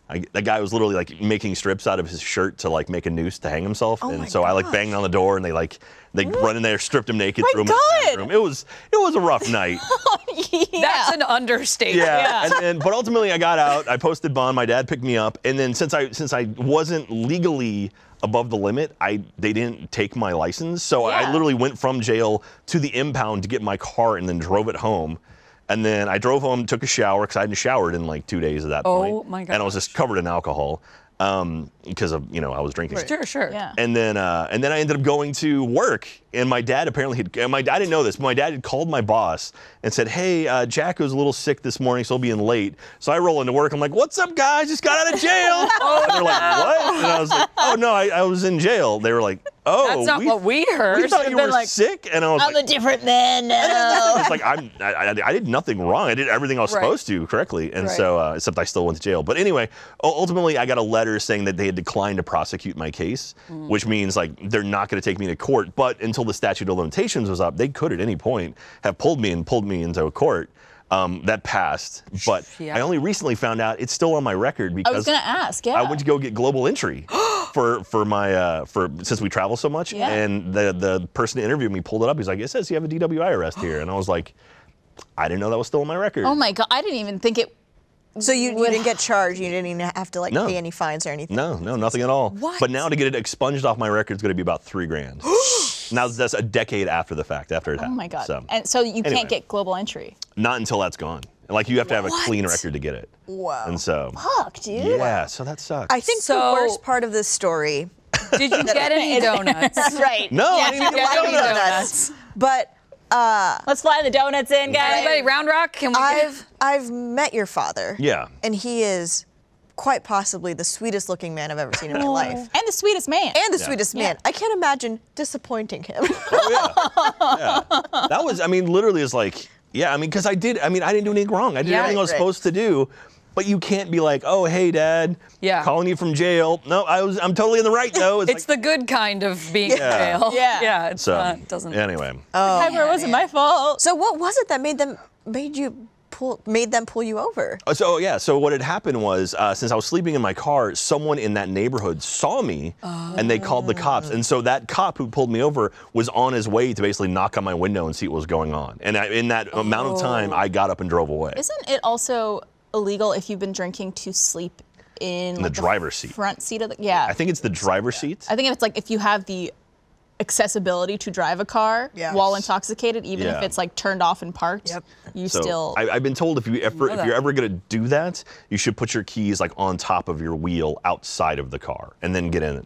S3: I, that guy was literally like making strips out of his shirt to like make a noose to hang himself.
S2: Oh
S3: and
S5: my
S3: so I like banged on the door and they like they run in there, stripped him naked,
S2: My
S3: threw him in the
S2: God!
S3: room. It was it was a rough night.
S4: That's an understatement.
S3: Yeah.
S2: Yeah.
S3: And then, but ultimately, I got out. I posted bond. My dad picked me up. And then, since I since I wasn't legally above the limit, I they didn't take my license. So I
S2: Yeah.
S3: literally went from jail to the impound to get my car, and then drove it home. And then I drove home, took a shower because I hadn't showered in like two days at that
S4: Oh
S3: point.
S4: my
S3: And I was just covered in alcohol um, because of you know I was drinking.
S4: Sure, sure.
S2: Yeah.
S3: And then uh, and then I ended up going to work, and my dad apparently had and my I didn't know this, but my dad had called my boss and said, "Hey, uh, Jack was a little sick this morning, so he'll be in late." So I roll into work. I'm like, "What's up, guys? Just got out of jail." and they're like, "What?" And I was like, "Oh no, I, I was in jail." They were like, "Oh,
S4: That's not what we heard.
S3: We thought
S2: Should've
S3: you
S2: been
S3: were
S2: like,
S3: sick," and I was
S2: I'm
S3: like,
S2: a different uh, man now.
S3: it's like I'm, I, I, I did nothing wrong. I did everything I was
S4: Right.
S3: supposed to correctly, and
S4: Right.
S3: so uh, except I still went to jail. But anyway, u- ultimately I got a letter saying that they had declined to prosecute my case, which means like they're not going to take me to court. But until the statute of limitations was up, they could at any point have pulled me and pulled me into a court. Um, that passed, but
S4: Yeah.
S3: I only recently found out it's still on my record
S2: I
S3: because
S2: was gonna ask. Yeah.
S3: I went to go get global entry for for my uh, for since we travel so much,
S2: Yeah.
S3: and the the person that interviewed me pulled it up. He's like, "It says you have a DWI arrest here," and I was like, "I didn't know that was still on my record."
S2: oh my god! I didn't even think it.
S5: So you, you didn't get charged. You didn't even have to like
S3: No.
S5: pay any fines or anything.
S3: no, no, nothing at all.
S4: What?
S3: But now to get it expunged off my record is going to be about three grand. now that's a decade after the fact, after it
S2: Oh
S3: happened.
S2: my god!
S3: So
S2: and so you
S3: anyway.
S2: can't get global entry.
S3: not until that's gone. Like you have to have a clean
S5: What?
S3: record to get it.
S5: Wow.
S3: And so
S2: Fuck, dude.
S3: yeah, so that sucks.
S5: I think the
S4: So-
S5: worst part of this story.
S4: Did you get any donuts?
S2: That's right.
S3: no, I
S2: Yeah.
S3: didn't even
S4: Yeah,
S3: get
S4: you
S3: donuts.
S4: don't.
S5: Donuts. But
S2: Let's fly the donuts in, guys.
S4: Everybody, Round Rock, can we? get-
S5: I've I've met your father.
S3: Yeah.
S5: And he is quite possibly the sweetest looking man I've ever seen in my life.
S2: And the sweetest man.
S5: And the sweetest man. I can't imagine disappointing him.
S3: Oh, yeah. yeah. That was, I mean, literally, it's like, yeah, I mean, because I did, I mean, I didn't do anything wrong. I did
S4: Yeah.
S3: everything I was
S5: Right, right.
S3: supposed to do. But you can't be like, oh, hey, dad,
S4: Yeah.
S3: calling you from jail. No, I was, I'm totally in the right though. It's,
S4: It's the good kind of being
S3: Yeah.
S4: in jail.
S2: Yeah.
S4: yeah. It's
S3: so
S4: not, doesn't.
S3: anyway.
S2: Piper, it wasn't my fault.
S5: so what was it that made them made you pull made them pull you over?
S3: Uh, So yeah, so what had happened was uh, since I was sleeping in my car, someone in that neighborhood saw me, and they called the cops. And so that cop who pulled me over was on his way to basically knock on my window and see what was going on. And I, in that amount of time, I got up and drove away.
S2: Isn't it also illegal if you've been drinking to sleep in, like,
S3: driver's seat.
S2: front seat of the yeah?
S3: I think it's the driver's seat.
S2: I think if it's like if you have the accessibility to drive a car
S5: Yeah.
S2: while intoxicated, even
S3: Yeah.
S2: if it's like turned off and parked,
S5: Yep.
S2: you
S3: So
S2: still.
S3: I, I've been told if you ever, if
S4: that.
S3: you're ever gonna do that, you should put your keys like on top of your wheel outside of the car, and then get in. it.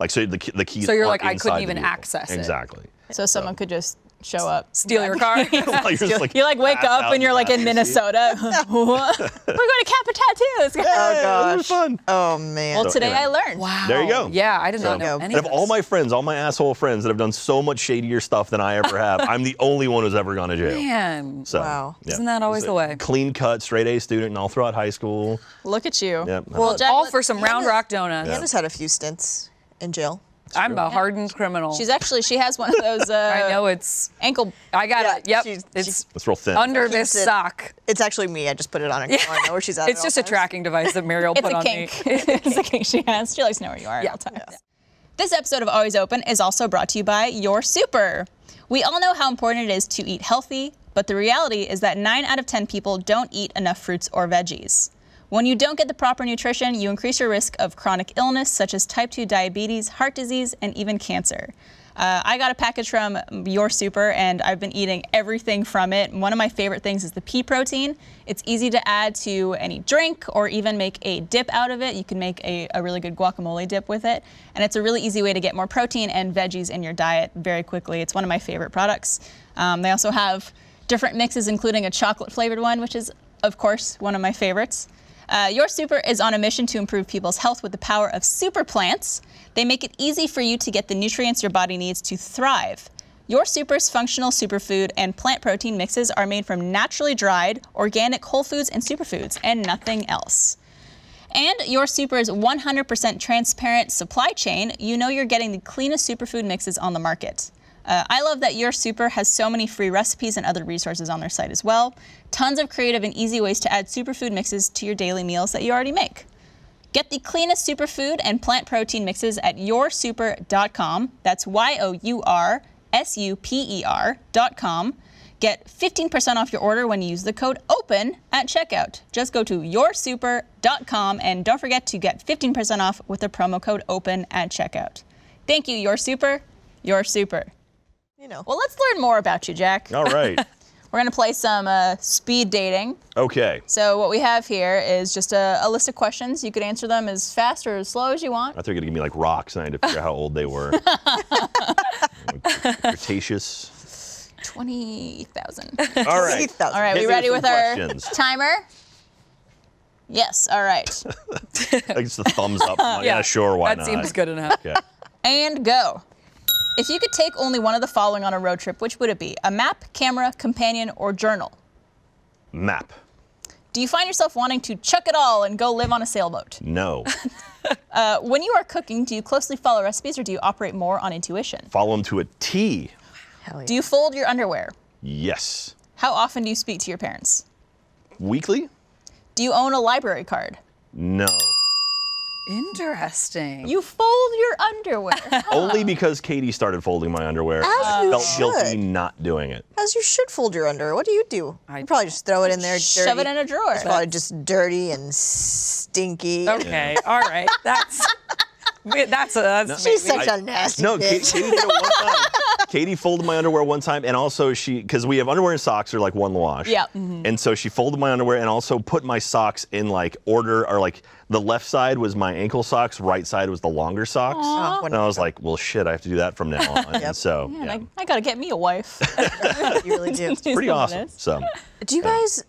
S3: Like so, the key- the keys.
S4: So you're
S3: aren't
S4: like, I couldn't
S3: inside the
S4: even
S3: vehicle.
S4: access it.
S3: Exactly.
S2: so someone could just show up.
S4: Steal your car.
S3: While you're just,
S2: You like wake
S3: passed out
S2: up and you're like in
S3: driver's seat.
S2: Minnesota. What? We're going to Cap a Tattoo.
S3: Yeah, those are
S5: gosh.
S3: fun.
S5: Oh man.
S2: Well, today
S3: anyway.
S2: I learned.
S4: Wow.
S3: There you go.
S4: Yeah, I did not
S5: So-
S4: know
S5: And
S4: any
S3: And of
S4: this.
S3: all my friends, all my asshole friends that have done so much shadier stuff than I ever have, I'm the only one who's ever gone to jail.
S4: Man.
S3: So,
S5: Wow.
S3: yeah.
S4: Isn't that always the way?
S3: Clean cut, straight A student, and all throughout high school.
S2: Look at you.
S3: Yep.
S4: Well,
S2: Jack,
S4: all
S2: let-
S4: for some Round Rock donuts.
S5: Hannah's had a few stints in jail.
S4: I'm a hardened criminal.
S2: She's actually she has one of those. Uh,
S4: I know it's.
S2: Ankle.
S4: I got
S5: Yeah,
S4: it. Yep.
S5: she's-
S4: it's
S3: That's real thin.
S4: under this
S5: it-
S4: sock.
S5: It's actually me. I just put it on her. Yeah. I know where she's at.
S4: It's
S5: at
S4: just
S5: all
S4: a tracking device that Muriel
S2: It's
S4: put
S2: a
S4: on
S2: kink.
S4: me.
S2: it's a kink she has. She likes to know where you are at
S4: Yeah.
S2: all times. This episode of Always Open is also brought to you by Your Super. We all know how important it is to eat healthy, but the reality is that 9 out of 10 people don't eat enough fruits or veggies. When you don't get the proper nutrition, you increase your risk of chronic illness such as type 2 diabetes, heart disease, and even cancer. Uh, I got a package from Your Super and I've been eating everything from it. One of my favorite things is the pea protein. It's easy to add to any drink or even make a dip out of it. You can make a, a really good guacamole dip with it. And it's a really easy way to get more protein and veggies in your diet very quickly. It's one of my favorite products. Um, they also have different mixes, including a chocolate flavored one, which is, of course, one of my favorites. Uh, Your Super is on a mission to improve people's health with the power of super plants. They make it easy for you to get the nutrients your body needs to thrive. Your Super's functional superfood and plant protein mixes are made from naturally dried, organic whole foods and superfoods, and nothing else. And Your Super's 100% transparent supply chain, you know you're getting the cleanest superfood mixes on the market. Uh, I love that Your Super has so many free recipes and other resources on their site as well. Tons of creative and easy ways to add superfood mixes to your daily meals that you already make. Get the cleanest superfood and plant protein mixes at yoursuper.com. That's Y O U R S U P E R.com. Get 15% off your order when you use the code OPEN at checkout. Just go to yoursuper.com and don't forget to get 15% off with the promo code OPEN at checkout. Thank you, Your Super. Your Super.
S5: You know.
S2: Well, let's learn more about you, Jack.
S3: All right.
S2: We're going to play some uh, speed dating.
S3: Okay.
S2: So what we have here is just a, a list of questions. You could answer them as fast or as slow as you want.
S3: I thought you were gonna give me like rocks, and I had to figure out how old they were. Cretaceous.
S2: Twenty thousand.
S3: All right.
S5: 8,000.
S2: All right,
S3: Hit me
S2: we
S3: with
S2: ready
S3: some
S2: with our
S3: questions.
S2: timer? Yes. All right,
S3: Like just the thumbs up. I'm like, yeah. sure. Why
S4: that
S3: not?
S4: seems good enough.
S3: Okay.
S2: and go. If you could take only one of the following on a road trip, which would it be? A map, camera, companion, or journal?
S3: Map.
S2: Do you find yourself wanting to chuck it all and go live on a sailboat?
S3: No.
S2: Uh, when you are cooking, do you closely follow recipes or do you operate more on intuition?
S3: Follow him to a T.
S5: Hell yeah.
S2: Do you fold your underwear?
S3: Yes.
S2: How often do you speak to your parents?
S3: weekly?
S2: Do you own a library card?
S3: No.
S4: Interesting.
S2: You fold your underwear.
S3: Only because Katie started folding my underwear. and
S5: As
S4: Uh,
S3: I
S5: you
S3: felt guilty
S5: should.
S3: not doing it.
S5: As you should fold your underwear. What do you do?
S4: I-
S5: you probably just throw it in there.
S2: Shove
S5: dirty.
S2: it in a drawer.
S5: It's probably just dirty and stinky.
S4: okay. All right. That's we- that's a that's
S5: She's
S4: we- we-
S5: such a nasty
S3: No, Ka-
S5: bitch.
S3: Katie did it one time. Katie folded my underwear one time, and also she, because we have underwear and socks are like one wash.
S2: Yeah.
S3: And so she folded my underwear and also put my socks in like order, or like the left side was my ankle socks, right side was the longer socks.
S5: Oh,
S3: And I was like, well, shit, I have to do that from now on. And so,
S2: Man,
S3: yeah,
S2: I, I gotta get me a wife.
S5: you really do.
S3: pretty awesome. So,
S5: Do you guys,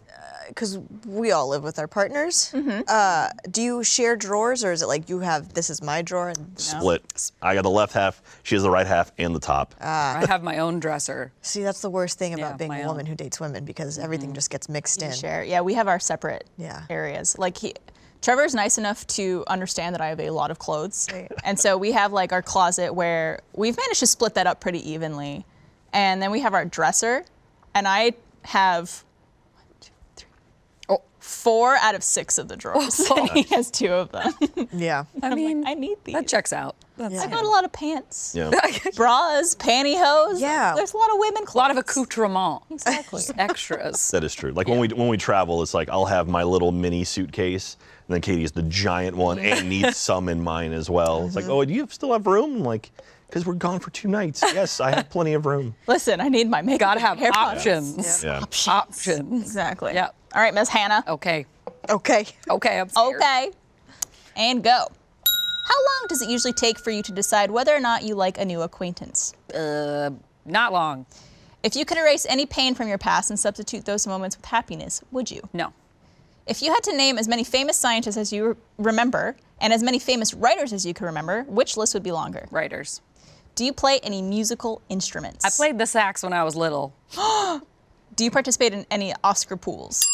S5: because we all live with our partners, uh, do you share drawers or is it like you have this is my drawer? And
S3: split. I got the left half, she has the right half, and the top.
S4: I have my own dresser.
S5: see, that's the worst thing about
S4: Yeah,
S5: being
S4: my
S5: a
S4: own.
S5: woman who dates women because everything just gets mixed in.
S2: Share. Yeah, we have our separate
S5: Yeah.
S2: areas. Like he, Trevor's nice enough to understand that I have a lot of clothes, and so we have like our closet where we've managed to split that up pretty evenly, and then we have our dresser, and I have.
S4: Oh.
S2: Four out of six of the drawers. and he has two of them.
S5: Yeah.
S4: I mean,
S2: I need these.
S4: that checks out. That's
S2: I got a lot of pants,
S3: Yeah.
S2: bras, pantyhose.
S5: Yeah.
S2: There's a lot of women clothes.
S4: a lot of accoutrement,
S2: Exactly.
S4: extras.
S3: That is true. Like when we when we travel, it's like I'll have my little mini suitcase, and then Katie's the giant one and needs some in mine as well. It's
S5: Uh-huh.
S3: like, oh, do you have- still have room? I'm like, because we're gone for two nights. Yes, I have plenty of room.
S2: Listen, I need my makeup.
S4: Gotta
S2: and
S4: have
S2: hair products.
S4: options.
S3: Yeah.
S4: Options.
S2: Exactly.
S4: Yep.
S2: All right, Miss Hannah.
S4: Okay.
S5: Okay.
S4: Okay. I'm scared.
S2: Okay. And go. How long does it usually take for you to decide whether or not you like a new acquaintance?
S4: Not long.
S2: If you could erase any pain from your past and substitute those moments with happiness, would you?
S4: No.
S2: If you had to name as many famous scientists as you re- remember and as many famous writers as you can remember, which list would be longer?
S4: Writers.
S2: Do you play any musical instruments?
S4: I played the sax when I was little.
S2: Do you participate in any Oscar pools?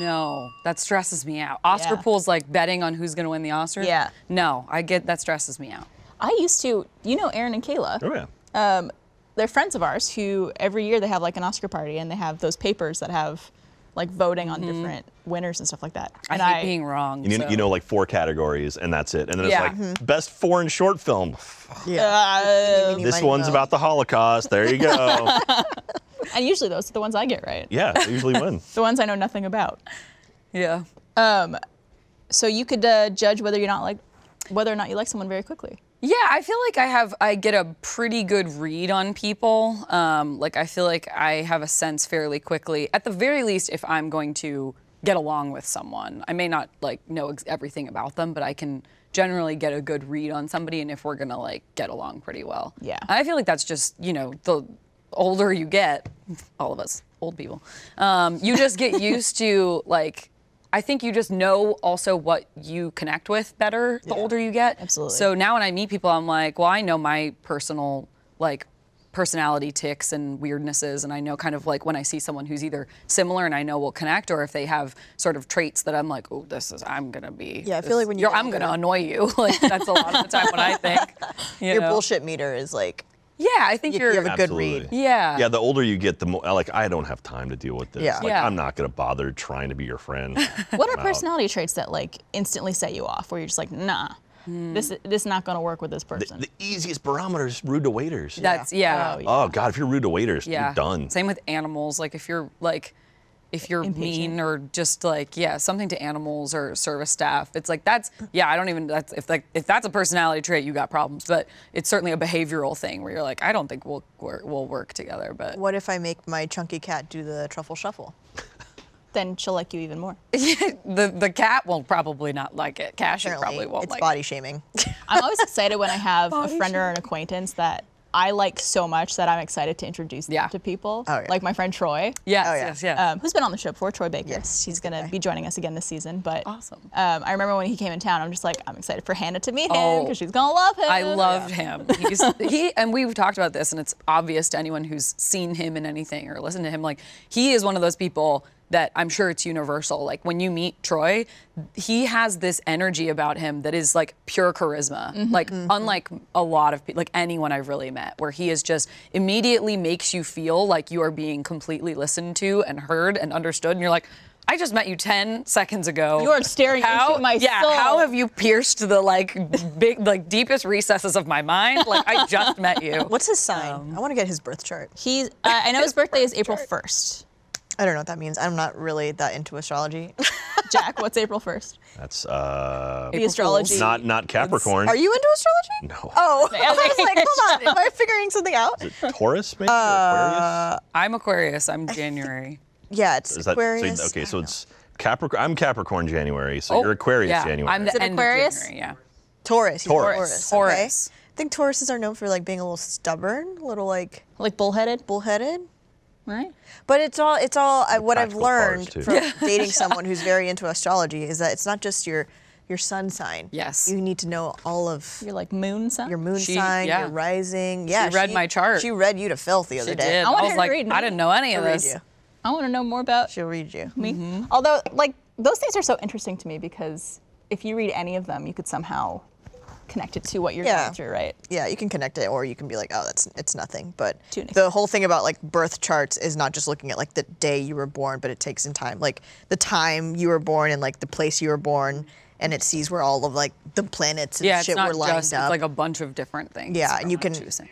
S4: No, that stresses me out. Oscar
S2: Yeah.
S4: pool's like betting on who's gonna win the Oscar.
S2: Yeah.
S4: No, I get that stresses me out.
S2: I used to, you know, Aaron and Kayla.
S3: Oh yeah.
S2: they're friends of ours who every year they have like an Oscar party and they have those papers that have like voting on different winners and stuff like that.
S4: Mm-hmm. I
S2: and
S4: hate being wrong.
S3: you,
S4: so-
S3: you know, like four categories, and that's it. And then
S4: Yeah.
S3: it's like
S5: Mm-hmm.
S3: best foreign short film.
S5: Yeah.
S2: Uh,
S3: This one's about the Holocaust. There you go.
S2: and usually those are the ones I get right.
S3: yeah, I usually win.
S2: The ones I know nothing about.
S4: Yeah.
S2: So you could uh, judge whether you're not like whether or not you like someone very quickly.
S4: Yeah, I feel like I have I get a pretty good read on people. Um, like I feel like I have a sense fairly quickly, at the very least, if I'm going to get along with someone. I may not like know ex- everything about them, but I can generally get a good read on somebody and if we're gonna like get along pretty well.
S2: Yeah.
S4: I feel like that's just you know the older you get, all of us old people, um, you just get used to like. I think you just know also what you connect with better the older you get.
S2: Absolutely.
S4: So now when I meet people, I'm like, well, I know my personal like personality ticks and weirdnesses, and I know kind of like when I see someone who's either similar and I know will connect, or if they have sort of traits that I'm like, oh, this is I'm gonna be.
S5: Yeah, I
S4: this-
S5: feel like when you
S4: you're-
S5: get
S4: I'm gonna
S5: older-
S4: annoy you. Like that's a lot of the time what I think. you
S5: Your
S4: know?
S5: bullshit meter is like,
S4: Yeah, I think
S5: you,
S4: you're.
S5: you have a good read.
S3: Absolutely.
S4: Yeah.
S3: Yeah, the older you get, the more like I don't have time to deal with this.
S5: Yeah.
S3: Like,
S4: Yeah.
S3: I'm not gonna bother trying to be your friend.
S2: What are personality traits that like instantly set you off where you're just like, nah,
S4: Hmm.
S2: this this not gonna work with this person.
S3: the easiest barometer is rude to waiters.
S4: That's yeah.
S2: Oh,
S3: Oh God, if you're rude to waiters,
S4: Yeah.
S3: you're done.
S4: Same with animals. Like if you're like if you're mean or just like yeah, something to animals or service staff. It's like that's yeah, I don't even that's if like if that's a personality trait, you got problems. But it's certainly a behavioral thing where you're like, I don't think we'll work, we'll work together. But
S5: what if I make my chunky cat do the truffle shuffle?
S2: Then she'll like you even more.
S4: the the cat will probably not like it. Cassie
S5: Apparently,
S4: probably won't
S5: it's
S4: like
S5: body shaming.
S2: I'm always excited when I have
S4: Oh,
S2: a friend or an acquaintance that I like so much that I'm excited to introduce them
S4: Yeah.
S2: to people.
S5: Oh, yeah.
S2: Like my friend Troy.
S4: it. Yes,
S5: Oh, yeah.
S4: yes, yes.
S2: um, who's been on the show before, Troy Baker.
S5: Yes,
S2: he's
S5: he's a good
S2: going to
S5: guy.
S2: be joining us again this season. But
S4: Awesome.
S2: Um, I remember when he came in town, I'm just like, I'm excited for Hannah to meet him
S4: Oh.
S2: because she's going to love him.
S4: I loved him. He's, he and we've talked about this, and it's obvious to anyone who's seen him in anything or listened to him. Like he is one of those people that I'm sure it's universal. Like when you meet Troy, he has this energy about him that is like pure charisma.
S2: Mm-hmm,
S4: Like unlike a lot of people, like anyone I've really met, where he is just immediately makes you feel like you are being completely listened to and heard and understood, and you're like. I just met you 10 seconds ago.
S2: You are staring
S4: how,
S2: into my
S4: yeah,
S2: soul.
S4: How have you pierced the like big, like deepest recesses of my mind? Like I just met you.
S5: What's his sign? I want to get his birth chart.
S2: He's. Uh, I know his birthday is April 1st.
S5: I don't know what that means. I'm not really that into astrology.
S2: Jack, what's April 1st?
S3: That's uh,
S2: The astrology.
S3: not not Capricorn.
S5: Are you into astrology?
S3: No.
S5: Oh, I was like, hold on. Am I figuring something out?
S3: Taurus, maybe? or Aquarius?
S4: I'm Aquarius. I'm January.
S5: Yeah, it's
S3: Is that,
S5: Aquarius.
S3: So, okay,
S5: I
S3: so
S5: don't
S3: it's Capricorn. I'm Capricorn January, so
S4: Oh,
S3: you're Aquarius
S4: yeah,
S3: January.
S4: I'm the
S2: it
S4: end of
S2: Aquarius?
S4: January, yeah.
S5: know. Taurus. he's a
S3: Taurus.
S5: Taurus.
S4: Taurus.
S5: Okay. I think Tauruses are known for like being a little stubborn, a little like
S2: Like bullheaded,
S5: bullheaded.
S2: right?
S5: But it's all it's all I what I've
S3: practical cars,
S5: learned
S3: too.
S5: from dating someone who's very into astrology is that it's not just your your sun sign.
S4: Yes.
S5: You need to know all of
S2: You're like moon sign.
S5: your moon
S4: She-
S5: sign,
S4: yeah.
S5: your rising. Yeah.
S4: read my chart.
S5: She read you to filth the other
S4: She
S5: day.
S4: did.
S2: I want her
S4: was
S2: to
S4: like,
S2: read
S4: I
S2: me.
S4: didn't know any of
S5: She'll read
S4: this.
S5: you.
S2: I want to know more about
S5: She'll read you.
S2: me. Although, like those things are so interesting to me because if you read any of them, you could somehow connect it to what you're
S5: Yeah.
S2: going through, right?
S5: Yeah, you can connect it, or you can be like, oh, that's it's nothing. But
S2: Too nice.
S5: the whole thing about like birth charts is not just looking at like the day you were born, but it takes in time, like the time you were born and like the place you were born, and it sees where all of like the planets and
S4: Yeah, it's
S5: shit
S4: not
S5: were lined
S4: just.
S5: up.
S4: It's like a bunch of different things.
S5: Yeah, and you
S4: from
S5: can-
S4: choosing.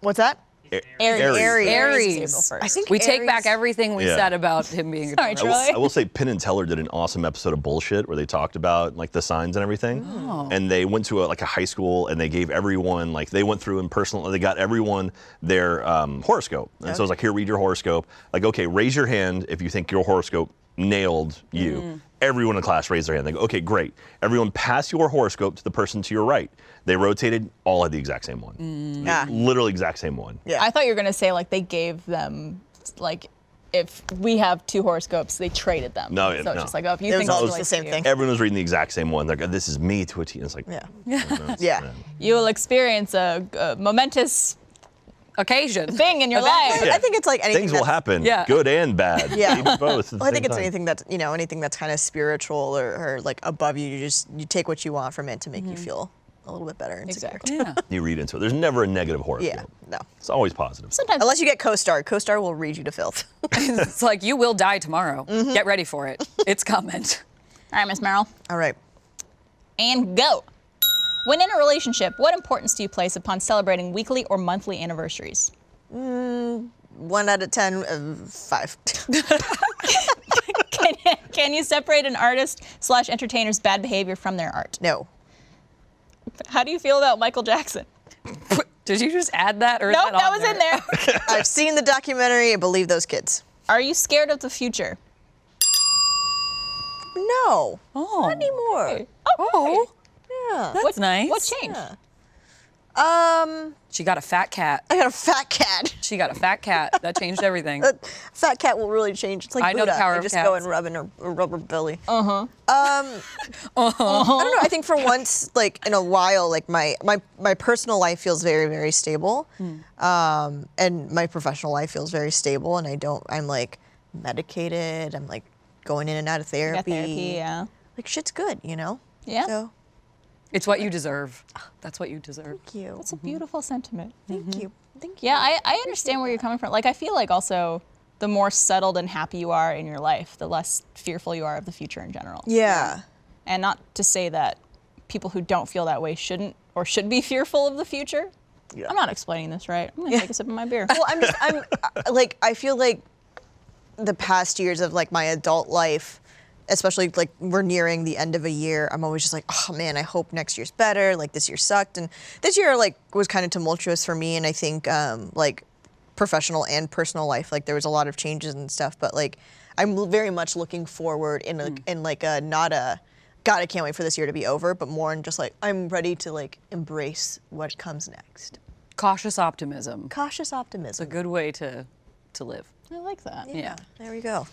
S5: What's that?
S2: Aries.
S3: Aries.
S2: Aries.
S4: Aries.
S2: is April
S5: I
S2: 1st.
S5: think
S4: We take back
S5: Aries-
S4: everything we
S3: Yeah.
S4: said about him being. a
S2: Sorry,
S4: Taurus.
S3: I will,
S2: Really?
S3: I will say Penn and Teller did an awesome episode of bullshit where they talked about like the signs and everything.
S5: Oh.
S3: And they went to a, like a high school and they gave everyone like they went through and personally they got everyone their um, horoscope. And so it was like here read your horoscope. Like okay, raise your hand if you think your horoscope nailed you.
S5: Mm-hmm.
S3: Everyone in class raised their hand. They go okay, great. Everyone pass your horoscope to the person to your right. They rotated, all had the exact same one.
S5: Yeah.
S3: Literally exact same one.
S5: Mm. Yeah.
S2: I thought you were gonna say like they gave them like if we have two horoscopes, they traded them.
S3: No,
S2: so
S3: yeah,
S2: it's
S3: no.
S2: just like oh, if you
S5: It was
S2: think
S5: all
S2: it's
S5: just
S2: related
S5: the same
S2: to you,
S5: thing.
S3: Everyone was reading the exact same one. They're like this is me to a T. And it's like
S5: Yeah.
S3: I don't know.
S5: Yeah.
S2: you will experience a, a momentous
S4: Occasion.
S2: thing in your life.
S5: I think it's like anything.
S3: things will
S5: that's-
S3: happen,
S4: Yeah.
S3: good and bad.
S5: Yeah.
S3: Maybe both. at the
S5: Well, I think
S3: same
S5: it's
S3: time.
S5: anything that's you know anything that's kind of spiritual or, or like above you. You just you take what you want from it to make you feel a little bit better. And secure.
S2: Exactly.
S4: Yeah.
S3: You read into it. There's never a negative horoscope.
S5: Yeah. No.
S3: It's always positive.
S2: Sometimes
S5: Unless you get co-star, co-star will read you to filth.
S4: it's like you will die tomorrow. Get ready for it. It's coming.
S2: All right, Miss Merrill,
S5: All right.
S2: and go. When in a relationship, what importance do you place upon celebrating weekly or monthly anniversaries?
S5: One out of ten, uh, five.
S2: Can you, can you separate an artist slash entertainer's bad behavior from their art?
S5: no.
S2: How do you feel about Michael Jackson?
S4: Did you just add that or is
S2: Nope,
S4: that,
S2: that
S4: on
S2: was in there.
S5: I've seen the documentary. I believe those kids.
S2: Are you scared of the future?
S5: No.
S4: Oh,
S5: Not anymore.
S4: oh,
S5: Yeah.
S4: that's nice.
S2: What changed?
S5: Um,
S4: She got a fat cat.
S5: I got a fat cat.
S4: She got a fat cat. That changed everything.
S5: Fat cat will really change. It's like
S4: I know the
S5: Buddha.
S4: power
S5: I
S4: of
S5: just
S4: cats.
S5: go and rub in her, her rubber belly. Uh huh. Um, I don't know. I think for once, like in a while, like my my my personal life feels very very stable, um, and my professional life feels very stable. And I don't. I'm like medicated. I'm like going in and out of
S2: Got
S5: therapy.
S2: therapy, yeah.
S5: Like shit's good, you know.
S2: Yeah.
S5: So
S4: It's what you deserve. That's what you deserve.
S5: thank you.
S2: It's a beautiful sentiment.
S5: Mm-hmm. Thank you. Thank you.
S2: Yeah, I, I understand where you're coming from. Like, I feel like also the more settled and happy you are in your life, the less fearful you are of the future in general.
S5: Yeah.
S2: And not to say that people who don't feel that way shouldn't or should be fearful of the future. I'm not explaining this right. I'm gonna take a sip of my beer.
S5: Well, I'm just, I'm uh, like, I feel like the past years of like my adult life, especially like we're nearing the end of a year, I'm always just like, oh man, I hope next year's better. Like this year sucked, and this year like was kind of tumultuous for me, and I think um, like professional and personal life, like there was a lot of changes and stuff, but like I'm l- very much looking forward in like in like a not a. God, I can't wait for this year to be over, but more in just like I'm ready to like embrace what comes next.
S4: Cautious optimism.
S5: Cautious optimism.
S4: A good way to to live.
S2: I like that.
S4: Yeah.
S5: There we go.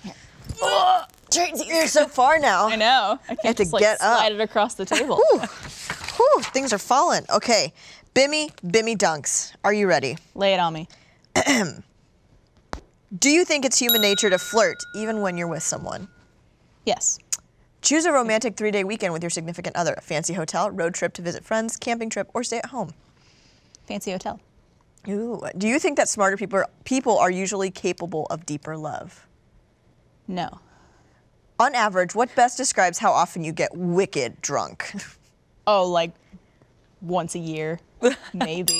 S5: Tracy, you're so far now.
S2: I know. I can't
S5: have to
S2: just, like,
S5: get up.
S2: slide it across the table.
S5: Whew, things are falling. Okay, Bimmy, Bimmy Dunks, are you ready?
S2: Lay it on me.
S5: Do you think it's human nature to flirt even when you're with someone?
S2: Yes.
S5: Choose a romantic three day weekend with your significant other a fancy hotel, road trip to visit friends, camping trip, or stay at home.
S2: Fancy hotel.
S5: Ooh. Do you think that smarter people are, people are usually capable of deeper love?
S2: No.
S5: On average, what best describes how often you get wicked drunk?
S2: Oh, like once a year, maybe.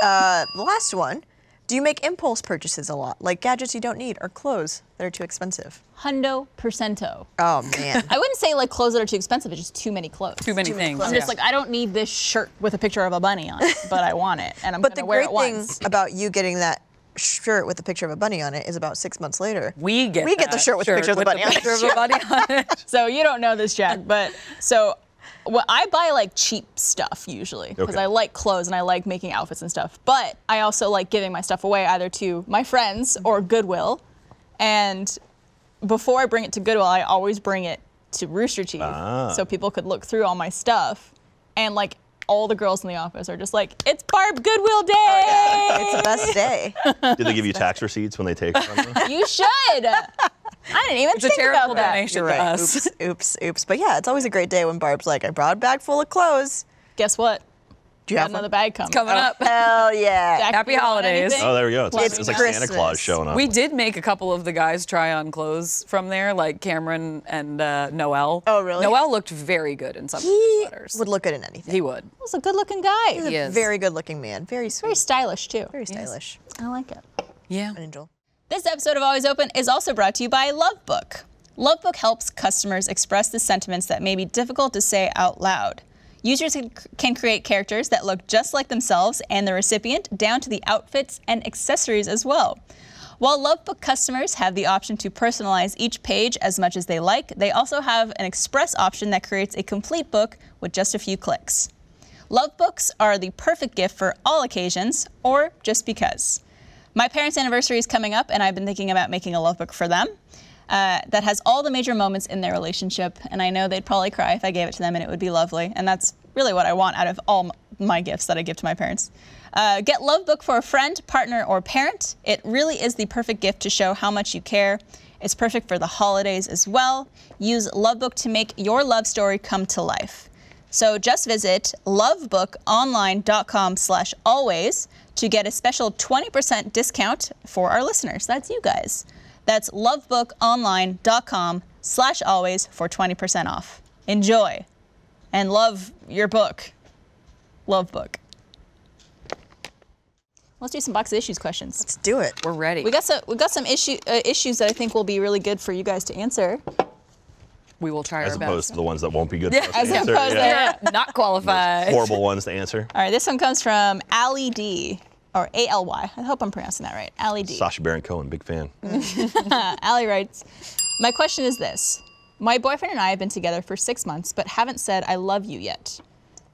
S5: The last one. Do you make impulse purchases a lot, like gadgets you don't need or clothes that are too expensive?
S2: Hundo percento.
S5: Oh man.
S2: I wouldn't say like clothes that are too expensive. It's just too many clothes.
S4: Too many things.
S2: I'm
S4: yeah.
S2: just like I don't need this shirt with a picture of a bunny on it, but I want it, and I'm
S5: But the
S2: gonna wear
S5: great
S2: it
S5: thing
S2: once.
S5: about you getting that shirt with a picture of a bunny on it is about six months later.
S4: we get
S5: we get the
S4: that
S5: shirt with the picture of the bunny on it.
S4: picture of a bunny on it.
S2: So you don't know this, Jack, but so well, I buy like cheap stuff usually because
S3: Okay.
S2: I like clothes and I like making outfits and stuff. But I also like giving my stuff away either to my friends or Goodwill. And before I bring it to Goodwill, I always bring it to Rooster Teeth so people could look through all my stuff. And like all the girls in the office are just like, "It's Barb Goodwill Day."
S5: It's the best day.
S3: Did they give you tax receipts when they take it from you?
S2: You should. I didn't even
S4: It's a
S2: think
S4: charitable
S2: about that.
S4: donation
S5: You're
S4: to
S5: right.
S4: us.
S5: Oops, oops, oops. But yeah, it's always a great day when Barb's like, I brought a bag full of clothes.
S2: Guess what?
S5: Do you
S2: Got
S5: have one?
S2: another bag coming.
S4: Coming
S5: Oh,
S4: up.
S5: Hell yeah.
S2: Jack,
S4: Happy
S2: you want
S4: holidays.
S2: anything?
S3: Oh, there we go. It's,
S2: It's
S3: it's like Santa
S5: Christmas.
S3: Claus showing up.
S4: We did make a couple of the guys try on clothes from there, like Cameron and uh, Noel.
S5: Oh, really?
S4: Noel looked very good in some of his
S5: He
S4: sweaters.
S5: would look good in anything.
S4: he would.
S2: He's a good-looking guy.
S5: He's a
S4: Yes.
S5: very good looking man. Very
S2: Very
S5: sweet.
S2: stylish too.
S5: Very stylish.
S2: I like it.
S4: Yeah.
S5: Angel.
S2: This episode of Always Open is also brought to you by Lovebook. Lovebook helps customers express the sentiments that may be difficult to say out loud. Users can- can create characters that look just like themselves and the recipient, down to the outfits and accessories as well. While Lovebook customers have the option to personalize each page as much as they like, they also have an express option that creates a complete book with just a few clicks. Love books are the perfect gift for all occasions or just because. My parents' anniversary is coming up, and I've been thinking about making a love book for them uh, that has all the major moments in their relationship. And I know they'd probably cry if I gave it to them, and it would be lovely. And that's really what I want out of all m- my gifts that I give to my parents. Uh, get Love Book for a friend, partner, or parent. It really is the perfect gift to show how much you care. It's perfect for the holidays as well. Use Love Book to make your love story come to life. So just visit lovebookonline.com slash always to get a special 20% discount for our listeners. That's you guys. That's lovebookonline.com slash always for 20% off. Enjoy and love your book. Love book. Let's do some box of issues questions.
S5: Let's do it.
S4: We're ready.
S2: We got some we got some issue uh, issues that I think will be really good for you guys to answer.
S4: we will try
S3: as
S4: our
S3: opposed
S4: best.
S3: to the ones that won't be good for us
S2: as
S3: to answer.
S2: opposed to-
S3: yeah.
S4: Not qualified.
S3: Horrible ones to answer.
S2: All right, this one comes from Ali D or A L Y. I hope I'm pronouncing that right. Ali D.
S3: Sasha Baron Cohen, big fan.
S5: Mm-hmm.
S2: Ali writes, "My question is this: My boyfriend and I have been together for 6 months but haven't said I love you yet.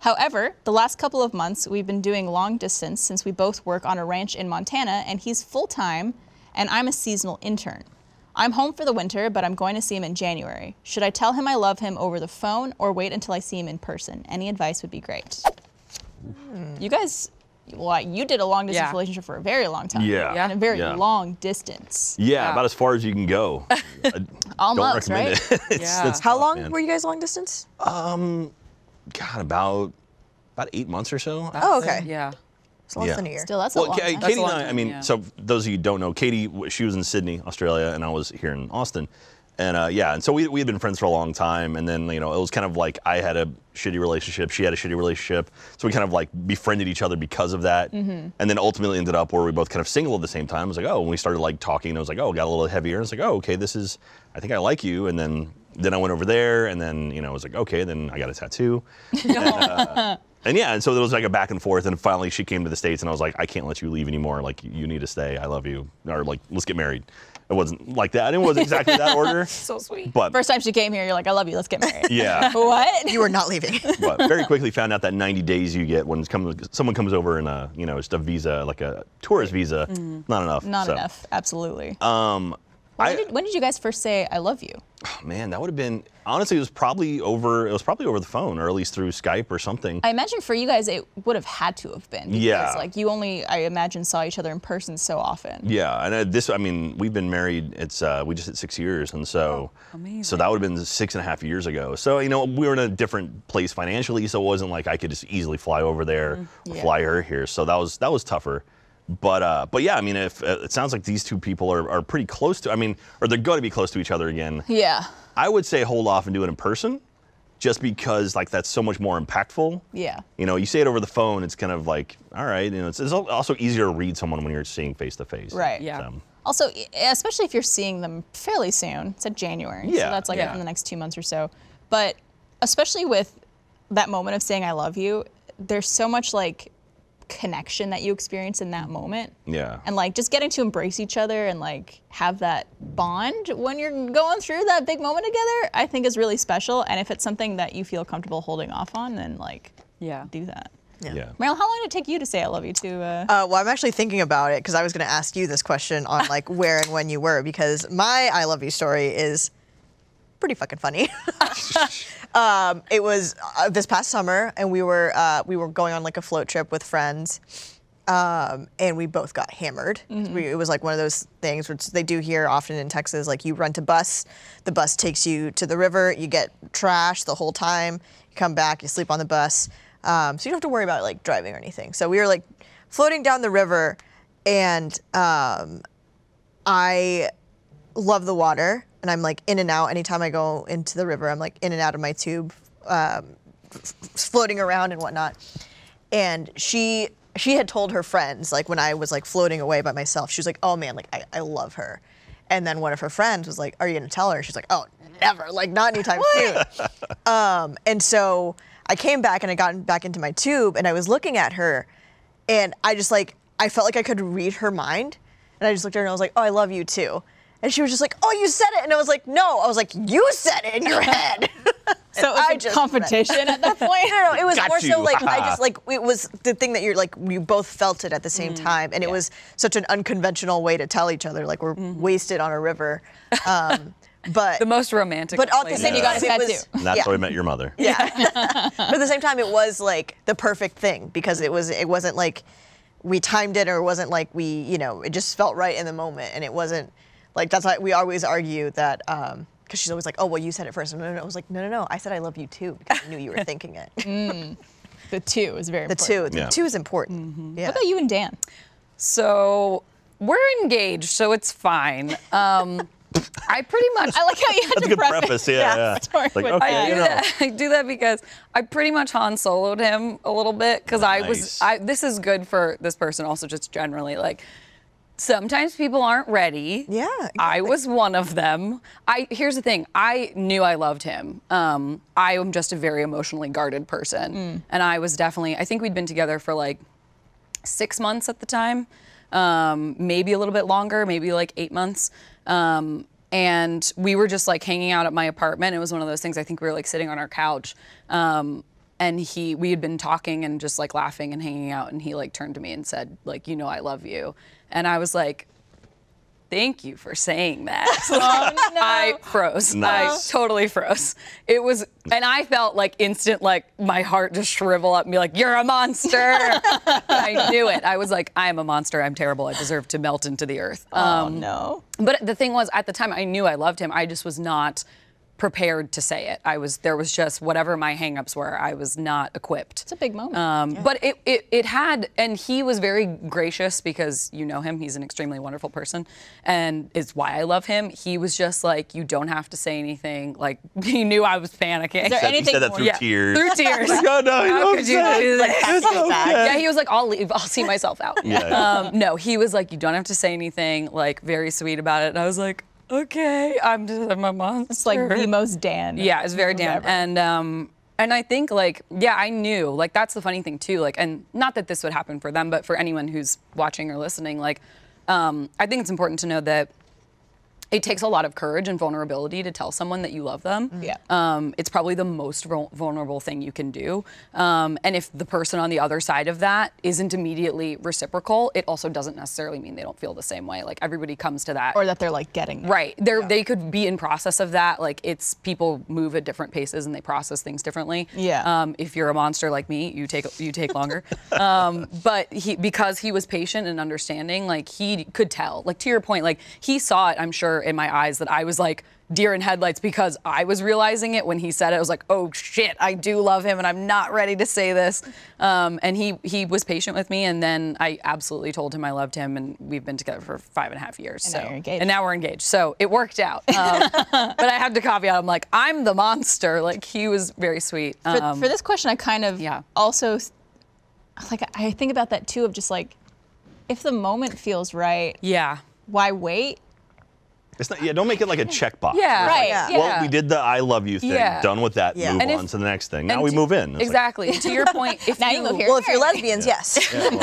S2: However, the last couple of months we've been doing long distance since we both work on a ranch in Montana and he's full-time and I'm a seasonal intern. I'm home for the winter, but I'm going to see him in January. Should I tell him I love him over the phone or wait until I see him in person? Any advice would be great." You guys well, you did a long distance
S4: Yeah.
S2: relationship for a very long time.
S3: Yeah.
S2: And a very
S3: Yeah.
S2: long distance.
S3: Yeah, about as far as you can go. I don't
S2: Almost,
S3: recommend
S2: right?
S3: it. it's,
S4: Yeah.
S3: it's
S5: How long
S3: man.
S5: were you guys long distance?
S3: God, about about eight months or so.
S5: Oh, okay.
S4: Yeah.
S5: It's less
S3: yeah.
S5: than a year.
S2: Still, that's a
S3: well,
S2: long
S3: Ka-
S2: time.
S3: Katie
S4: a
S3: and
S4: long
S3: I, I
S4: time,
S3: mean,
S4: yeah.
S3: so those of you who don't know, Katie, w- she was in Sydney, Australia, and I was here in Austin. And uh, yeah, and so we, we had been friends for a long time. And then, you know, it was kind of like I had a shitty relationship, she had a shitty relationship. So we kind of like befriended each other because of that.
S2: Mm-hmm.
S3: And then ultimately ended up where we both kind of single at the same time. It was like, oh, when we started like talking, it was like, oh, it got a little heavier. It's like, oh, okay, this is, I think I like you. And then, then I went over there, and then, you know, I was like, okay, then I got a tattoo. And yeah, and so there was like a back and forth, and finally she came to the states, and I was like, I can't let you leave anymore. Like you need to stay. I love you, or like let's get married. It wasn't like that. It wasn't exactly that order,
S4: So sweet.
S3: but
S2: First Oh. time she came here, you're like, I love you, let's get married.
S3: yeah.
S2: What?
S5: You were not leaving.
S3: But very quickly found out that 90 days you get when it's come, someone comes over in a you know just a visa like a tourist visa, not enough.
S2: Mm. Not
S3: so. Um,
S2: enough, absolutely. when,
S3: I,
S2: did, when did you guys first say, I love you?
S3: man, that would have been honestly it was probably over. It was probably over the phone, or at least through Skype or something.
S2: I imagine for you guys, it would have had to have been. Because,
S3: Yeah.
S2: Like, you only, I imagine, saw each other in person so often.
S3: Yeah, and uh, this, I mean, we've been married. It's uh, we just hit six years, and so so that would have been six and a half years ago. So you know, we were in a different place financially, so it wasn't like I could just easily fly over there, or
S2: Yeah.
S3: fly her here. So that was that was tougher. But uh, but yeah, I mean, if uh, it sounds like these two people are, are pretty close to, I mean, or they're going to be close to each other again.
S2: Yeah.
S3: I would say hold off and do it in person, just because like that's so much more impactful.
S2: Yeah.
S3: You know, you say it over the phone, it's kind of like, all right, you know, it's, it's al- also easier to read someone when you're seeing face to face.
S2: Right.
S4: Yeah.
S3: So,
S2: Also, e- especially if you're seeing them fairly soon, it's at January, so
S3: Yeah,
S2: that's like
S3: yeah.
S2: in the next two months or so. But especially with that moment of saying "I love you," there's so much like connection that you experience in that moment,
S3: yeah.
S2: and like just getting to embrace each other and like have that bond when you're going through that big moment together, I think is really special. And if it's something that you feel comfortable holding off on, then like
S4: Yeah.
S2: do that.
S3: yeah.
S2: Meryl, how long did it take you to say "I love you" to? Uh,
S5: Uh, well, I'm actually thinking about it because I was going to ask you this question on like where and when you were because my I love you story is pretty fucking funny. um, it was uh, this past summer, and we were uh, we were going on like a float trip with friends, um, and we both got hammered. We, it was like one of those things which they do here often in Texas. Like you rent a bus, the bus takes you to the river, you get trash the whole time, you come back, you sleep on the bus, um, so you don't have to worry about like driving or anything. So we were like floating down the river, and um, I love the water and I'm like in and out. Anytime I go into the river, I'm like in and out of my tube, um, f- f- floating around and whatnot. And she she had told her friends like when I was like floating away by myself, she was like, "Oh man, like I, I love her." And then one of her friends was like, "Are you gonna tell her?" She's like, "Oh, never, like not anytime soon." um, and so I came back and I got back into my tube and I was looking at her, and I just like I felt like I could read her mind, and I just looked at her and I was like, "Oh, I love you too." And she was just like, "Oh, you said it," and I was like, "No," I was like, "You said it in your head."
S2: so it was
S5: I
S2: a
S5: just-
S2: competition at that point.
S5: no, no, it was
S3: Got
S5: more
S3: you.
S5: so like I just like it was the thing that you're like you both felt it at the
S4: Mm.
S5: same time, and it was such an unconventional way to tell each other like we're wasted on a river, um, but
S4: Mm-hmm. The most romantic.
S5: but at the
S4: place.
S5: same
S2: you got a
S5: time it was
S2: tattoo.
S3: And that's
S5: yeah.
S3: how I met your mother.
S5: yeah. but at the same time, it was like the perfect thing because it was it wasn't like we timed it or it wasn't like we you know it just felt right in the moment and it wasn't like that's why we always argue that because she's always like oh well you said it first and I was like no no no I said I love you too because I knew you were thinking it
S2: The two is very
S5: the
S2: important.
S5: two the
S3: Yeah.
S5: two is important yeah
S2: What about you and Dan?
S4: So we're engaged, so it's fine. Um, I pretty much.
S2: I like how you had
S3: That's
S2: to
S3: a good
S2: preface.
S3: preface. Yeah. yeah.
S2: Sorry,
S3: Like,
S2: but-
S3: okay,
S4: I
S3: you
S4: do,
S3: know.
S4: that, I do that because I pretty much Han Soloed him a little bit because I was.
S3: Nice.
S4: I, this is good for this person, also just generally. Like sometimes people aren't ready.
S5: Yeah,
S4: I was one of them. I here's the thing. I knew I loved him. Um, I am just a very emotionally guarded person,
S2: Mm.
S4: and I was definitely. I think we'd been together for like six months at the time, um, maybe a little bit longer, maybe like eight months. Um, and we were just like hanging out at my apartment. It was one of those things. I think we were like sitting on our couch, um, and he we had been talking and just like laughing and hanging out. And he like turned to me and said like, you know, I love you. And I was like, thank you for saying that.
S2: Oh,
S4: I froze.
S3: Nice.
S4: I totally froze. It was, and I felt like instant, like my heart just shrivel up and be like, "You're a monster." I knew it. I was like, "I am a monster. I'm terrible. I deserve to melt into the earth." Um,
S2: oh no.
S4: But the thing was, at the time, I knew I loved him. I just was not prepared to say it. I was there was just whatever my hangups were. I was not equipped.
S2: It's a big moment.
S4: Um, But it, it it had, and he was very gracious because you know him. He's an extremely wonderful person, and it's why I love him. He was just like, you don't have to say anything. Like he knew I was panicking.
S2: there
S3: Said-
S2: anything
S3: he said that
S2: more-
S3: through
S4: yeah,
S3: tears.
S4: Through tears.
S3: Oh, no, you
S4: How
S3: don't
S4: could you
S3: say
S4: do
S3: it.
S4: that?
S3: It's okay.
S4: Yeah, he was like, I'll leave. I'll see myself out.
S3: Yeah, yeah.
S4: Um, no, he was like, you don't have to say anything. Like very sweet about it. And I was like, okay, I'm just I'm a monster.
S2: it's like the most Dan.
S4: Yeah, it's very damn.
S2: Whatever.
S4: And um, and I think like yeah, I knew like that's the funny thing too. Like, and not that this would happen for them, but for anyone who's watching or listening, like, um, I think it's important to know that it takes a lot of courage and vulnerability to tell someone that you love them.
S2: Mm-hmm. Yeah.
S4: Um, it's probably the most vul- vulnerable thing you can do. Um, and if the person on the other side of that isn't immediately reciprocal, it also doesn't necessarily mean they don't feel the same way. Like everybody comes to that
S2: Or that they're like getting there.
S4: Right. They're, They could be in process of that. Like it's people move at different paces and they process things differently.
S2: Yeah.
S4: Um, if you're a monster like me, you take you take longer. um, but he because he was patient and understanding, like he could tell. Like to your point, like he saw it. I'm sure in my eyes that I was like deer in headlights because I was realizing it when he said it. I was like, oh shit, I do love him, and I'm not ready to say this. Um, and he he was patient with me, and then I absolutely told him I loved him, and we've been together for five and a half years.
S2: now
S4: so
S2: you're engaged.
S4: and now we're engaged. So it worked out. Um, but I had to caveat. I'm like, I'm the monster. Like he was very sweet.
S2: for,
S4: Um,
S2: for this question, I kind of
S4: yeah.
S2: also like I think about that too of just like if the moment feels right,
S4: yeah.
S2: why wait?
S3: It's not. Yeah, don't make it like a checkbox.
S4: Yeah.
S2: Right.
S5: yeah.
S2: yeah.
S3: Well, we did the I love you thing.
S4: Yeah.
S3: Done with that.
S5: Yeah.
S3: Move
S5: And
S4: if-
S3: on to the next thing. Now
S4: And
S3: we
S4: to-
S3: move in. It's like,
S4: Exactly. to your point, if
S2: Now you live here.
S5: Well, if you're lesbians, yes.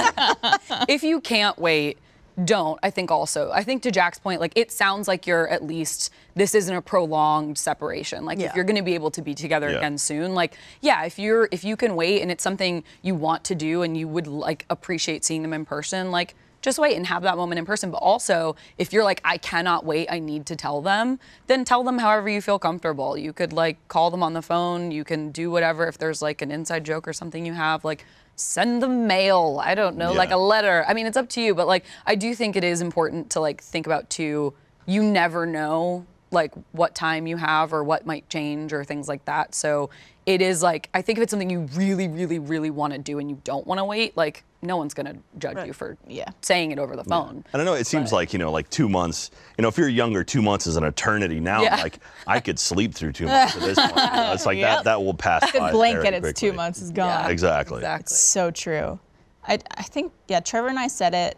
S4: if you can't wait, don't. I think also. I think to Jack's point, like it sounds like you're at least this isn't a prolonged separation. Like
S5: Yeah.
S4: if you're going to be able to be together
S3: Yeah.
S4: again soon, like yeah, if you're if you can wait and it's something you want to do and you would like appreciate seeing them in person, like just wait and have that moment in person. But also, if you're like, I cannot wait, I need to tell them, then tell them however you feel comfortable. You could like call them on the phone, you can do whatever. If there's like an inside joke or something you have, like send them mail. I don't know, like
S3: Yeah.
S4: a letter. I mean, it's up to you, but like I do think it is important to like think about too. You never know like what time you have or what might change or things like that. So it is like I think if it's something you really, really, really want to do and you don't want to wait, like no one's gonna judge you for
S2: Yeah.
S4: saying it over the phone.
S3: I don't know. It seems like you know, like two months. You know, if you're younger, two months is an eternity. Now,
S4: Yeah.
S3: I'm like I could sleep through two months. At this point, you know, it's like that. That will pass.
S2: The
S3: by
S2: blanket,
S3: very
S2: it's
S3: quickly.
S2: two months is gone.
S3: Exactly.
S4: Exactly.
S2: So true. I, I think, yeah, Trevor and I said it,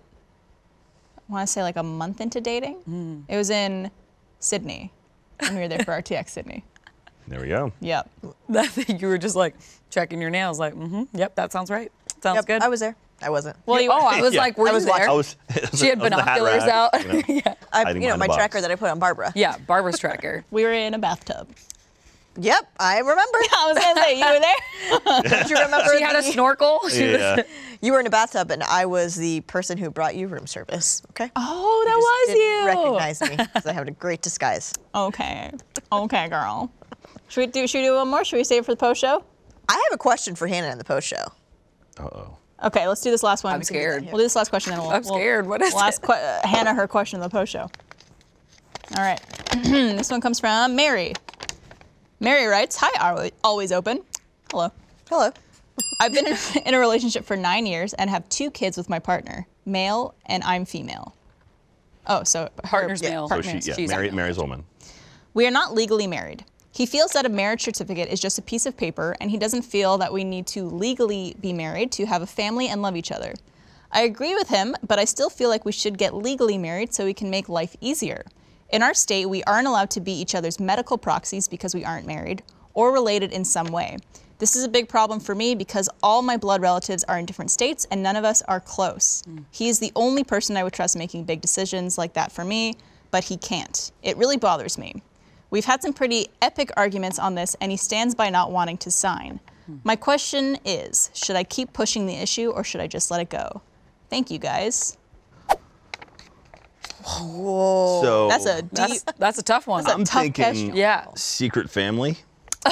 S2: I want to say like a month into dating.
S4: Mm.
S2: It was in Sydney when we were there for RTX Sydnny.
S3: There we go.
S2: Yep.
S4: That thing you were just like checking your nails, like, mm-hmm, yep, that sounds right. Sounds
S5: Yep,
S4: good.
S5: I was there. I wasn't.
S4: well, you, oh, I was
S3: Yeah.
S4: like, were
S5: I
S4: you
S5: was
S4: there?
S5: watching.
S3: I was.
S4: she had
S3: I was in the hat
S4: binoculars
S3: rack,
S4: out.
S3: you know.
S4: yeah.
S5: I,
S3: hiding
S5: you know,
S3: behind
S5: my
S3: a box.
S5: tracker that I put on Barbara.
S4: yeah, Barbara's tracker.
S2: We were in a bathtub.
S5: Yep, I remember.
S2: I was going to say, you were there?
S5: Don't you remember?
S4: She had a
S5: the-
S4: snorkel. She was-
S3: Yeah.
S5: You were in a bathtub, and I was the person who brought you room service. Okay.
S2: Oh, that was
S5: didn't
S2: you.
S5: Recognize me because I had a great disguise.
S2: Okay. Okay, girl. Should we do, should we do one more? Should we save it for the post show?
S5: I have a question for Hannah in the post show.
S3: Uh oh.
S2: Okay, let's do this last one.
S4: I'm scared.
S2: We'll do this last question then we'll.
S4: I'm
S2: we'll-
S4: scared. What is
S2: we'll ask
S4: it?
S2: que- uh, Hannah her question in the post show. All right. this one comes from Mary. Mary writes, "Hi, Al- always open. Hello.
S5: Hello.
S2: I've been in, in a relationship for nine years and have two kids with my partner, male and I'm female. Oh, so her-
S4: Partner's male.
S3: So she, yeah,
S4: She's
S3: Mary,
S4: out.
S3: Mary's woman.
S2: we are not legally married. He feels that a marriage certificate is just a piece of paper, and he doesn't feel that we need to legally be married to have a family and love each other. I agree with him, but I still feel like we should get legally married so we can make life easier. In our state, we aren't allowed to be each other's medical proxies because we aren't married or related in some way. This is a big problem for me because all my blood relatives are in different states and none of us are close.
S4: Hmm.
S2: He is the only person I would trust making big decisions like that for me, but he can't. It really bothers me. We've had some pretty epic arguments on this, and he stands by not wanting to sign.
S4: Hmm.
S2: My question is should I keep pushing the issue or should I just let it go? Thank you guys.
S3: So
S2: That's a deep.
S4: That's, that's a tough one.
S3: I'm
S2: tough
S3: thinking
S2: question.
S4: yeah.
S3: secret family.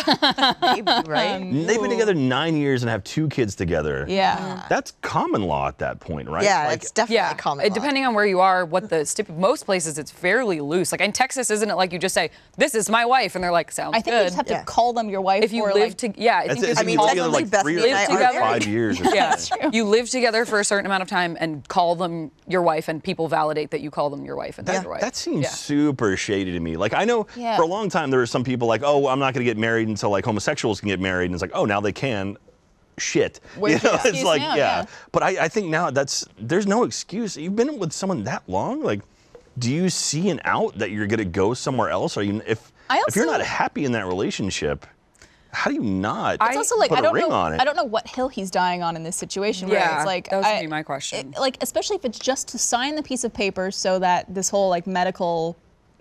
S5: Maybe, right?
S3: They've been together nine years and have two kids together.
S2: yeah.
S3: That's common law at that point, right?
S5: yeah,
S3: Like,
S5: it's definitely
S4: Yeah,
S5: common.
S4: it-
S5: law.
S4: depending on where you are, what the stip- most places it's fairly loose. Like in Texas, isn't it like you just say, "This is my wife," and they're like, "Sounds
S2: I think you
S4: good."
S2: just have
S5: Yeah.
S2: to call them your wife.
S4: if you
S2: or
S4: live
S2: like,
S4: to, yeah, I
S3: That's
S4: think
S3: it.
S4: if
S3: It's
S4: you
S5: mean,
S4: call
S5: technically
S3: together like
S4: them
S5: Bethany
S3: three
S5: and
S3: or
S5: I
S3: four
S5: are
S3: or five
S5: married.
S3: years. or
S4: yeah,
S3: something.
S4: you live together for a certain amount of time and call them your wife, and people validate that you call them your wife and they're your wife.
S3: That seems
S4: Yeah.
S3: super shady to me. Like I know
S2: Yeah.
S3: for a long time there were some people like, oh, I'm not going to get married until like homosexuals can get married, and it's like, oh, now they can. Shit,
S2: Where's the
S3: it's
S2: excuse
S3: like
S2: now?
S3: yeah.
S2: Yeah.
S3: But I, I think now that's there's no excuse. You've been with someone that long, like. Do you see an out that you're gonna go somewhere else? Are you if
S2: I
S3: if you're
S2: also-
S3: not happy in that relationship, how do you not?
S2: it's also like I
S3: put a
S2: don't
S3: ring
S2: know.
S3: on it.
S2: I don't know what hill he's dying on in this situation. where
S4: Yeah,
S2: it's like
S4: that was gonna
S2: I-
S4: be my question.
S2: it- like especially if it's just to sign the piece of paper so that this whole like medical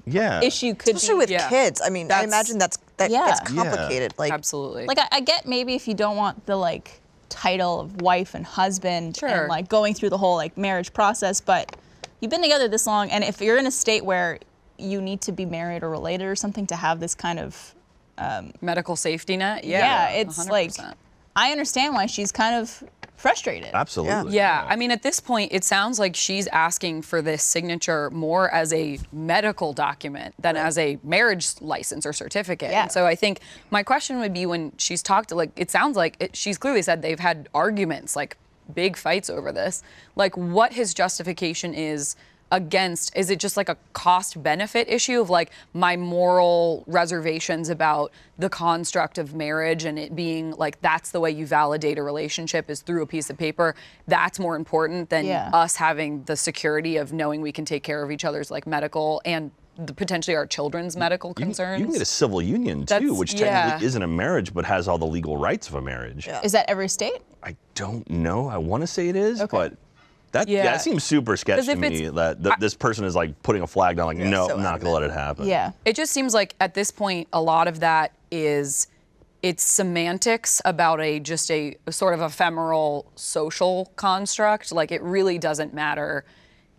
S3: yeah.
S2: issue could
S5: especially
S2: be
S5: with
S4: Yeah.
S5: kids. I mean, I
S4: That's-
S5: imagine that's that
S2: Yeah.
S5: gets
S3: Yeah.
S5: complicated. Like,
S4: Absolutely.
S2: Like I, I get maybe if you don't want the like title of wife and husband
S4: Sure.
S2: and like going through the whole like marriage process, but you've been together this long, and if you're in a state where you need to be married or related or something to have this kind of
S4: medical safety net.
S2: yeah,
S4: Yeah,
S2: it's like
S4: 100%.
S2: I understand why she's kind of frustrated.
S3: Absolutely.
S4: Yeah, I mean, at this point, it sounds like she's asking for this signature more as a medical document than as a marriage license or certificate.
S2: Yeah.
S4: And so I think my question would be when she's talked, like, it sounds like it, she's clearly said they've had arguments, like big fights over this. Like, what his justification is against is it just like a cost benefit issue of like my moral reservations about the construct of marriage and it being like that's the way you validate a relationship is through a piece of paper that's more important than
S2: Yeah.
S4: us having the security of knowing we can take care of each other's like medical and the, potentially our children's medical
S3: You can-
S4: concerns
S3: You can get a civil union too,
S4: That's-
S3: which
S4: yeah.
S3: technically isn't a marriage but has all the legal rights of a marriage.
S2: Is that every state?
S3: I don't know. I want to say it is, but that yeah.
S4: Yeah.
S3: that seems super sketchy to
S4: if it's-
S3: me. That th- this person is like putting a flag down, like no,
S5: so
S3: I'm not gonna let it happen.
S2: Yeah.
S4: It just seems like at this point, a lot of that is it's semantics about a just a sort of ephemeral social construct. Like it really doesn't matter.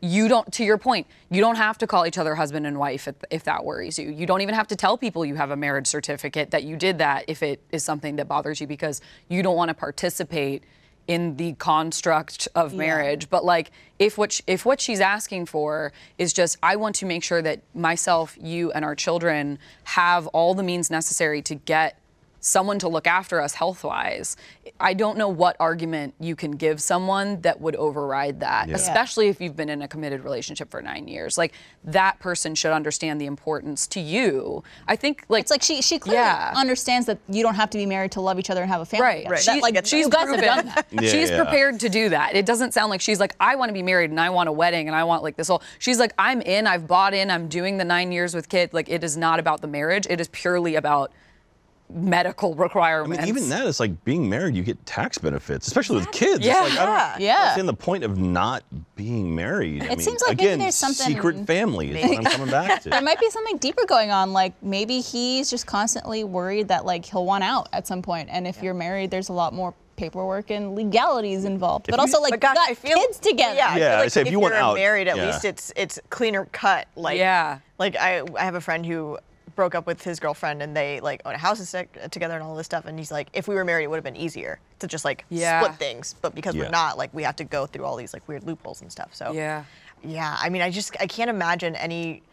S4: You don't, to your point, you don't have to call each other husband and wife if, if that worries you. You don't even have to tell people you have a marriage certificate that you did that if it is something that bothers you because you don't want to participate in the construct of marriage but like if what sh if what she's asking for is just i want to make sure that myself you and our children have all the means necessary to get someone to look after us health-wise i don't know what argument you can give someone that would override that especially if you've been in a committed relationship for 9 years like that person should understand the importance to you i think like
S2: It's like she she clearly
S4: Yeah.
S2: understands that you don't have to be married to love each other and have a family.
S4: Right,
S2: together.
S4: right.
S2: That,
S4: She's-
S2: like,
S5: gets
S4: she's
S2: you guys have
S4: proven.
S2: done that.
S3: Yeah,
S4: she's
S3: yeah.
S4: prepared to do that. It doesn't sound like she's like, I want to be married and I want a wedding and I want like this whole. She's like, I'm in, I've bought in, I'm doing the nine years with kid. Like, it is not about the marriage. It is purely about medical
S3: I
S4: requirements.
S3: mean, even that is like being married, you get tax benefits, especially with kids.
S4: Yeah.
S3: It's like, I don't
S5: Yeah.
S2: Yeah.
S3: understand the point of not being married. I
S2: It
S3: mean,
S2: seems like maybe
S3: again,
S2: there's something-
S3: secret family is what I'm coming back
S2: There
S3: to.
S2: might be something deeper going on. Like maybe he's just constantly worried that like he'll want out at some point, and if you're married, there's a lot more paperwork and legalities involved. But
S3: you-
S2: also like
S5: But gosh,
S2: you got
S5: I feel-
S2: kids together.
S5: Yeah, I
S3: Yeah,
S5: feel
S3: I'd
S5: like
S3: say if
S5: if
S3: you went
S5: are
S3: out,
S5: married, at
S3: yeah.
S5: least it's it's cleaner cut. Like
S4: Yeah.
S5: like I I have a friend who broke up with his girlfriend and they like own a house to- together and all this stuff and he's like if we were married it would have been easier to just like
S4: Yeah.
S5: split things but because
S3: Yeah.
S5: we're not like we have to go through all these like weird loopholes and stuff so
S4: Yeah.
S5: yeah I mean I just I can't imagine any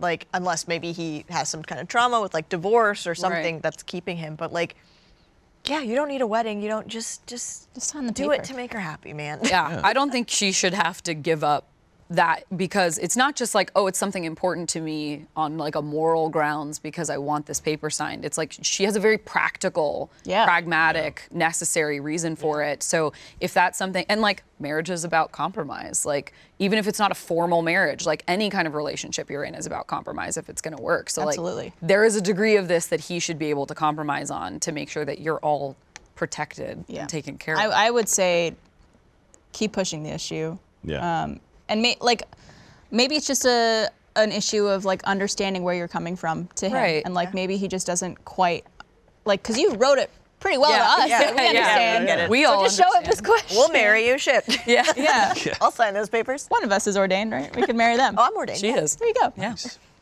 S5: like unless maybe he has some kind of trauma with like divorce or something that's keeping him but like yeah you don't need a wedding you don't just just
S2: Just sign the
S5: do it
S2: paper.
S5: to make her happy man
S4: yeah, I don't think she should have to give up that because it's not just like oh it's something important to me on like a moral grounds because I want this paper signed. It's like she has a very practical,
S2: Yeah.
S4: pragmatic, necessary reason for it. So if that's something and like marriage is about compromise. Like even if it's not a formal marriage, like any kind of relationship you're in is about compromise if it's going to work. So
S2: Absolutely.
S4: like there is a degree of this that he should be able to compromise on to make sure that you're all protected and taken care of.
S2: I, I would say keep pushing the issue.
S3: Yeah.
S2: Um, and may, like maybe it's just a an issue of like understanding where you're coming from to him,
S4: Right.
S2: and like maybe he just doesn't quite like because you wrote it pretty well to us.
S4: Yeah,
S2: we
S4: yeah,
S2: understand.
S5: yeah, yeah.
S4: We
S2: so
S4: all
S2: just show up this question.
S5: we'll marry you shit
S4: Yeah.
S2: Yeah.
S5: I'll sign those papers
S2: One of us is ordained, right? We could marry them.
S5: oh I'm ordained
S4: She is.
S2: there you go.
S4: Yeah.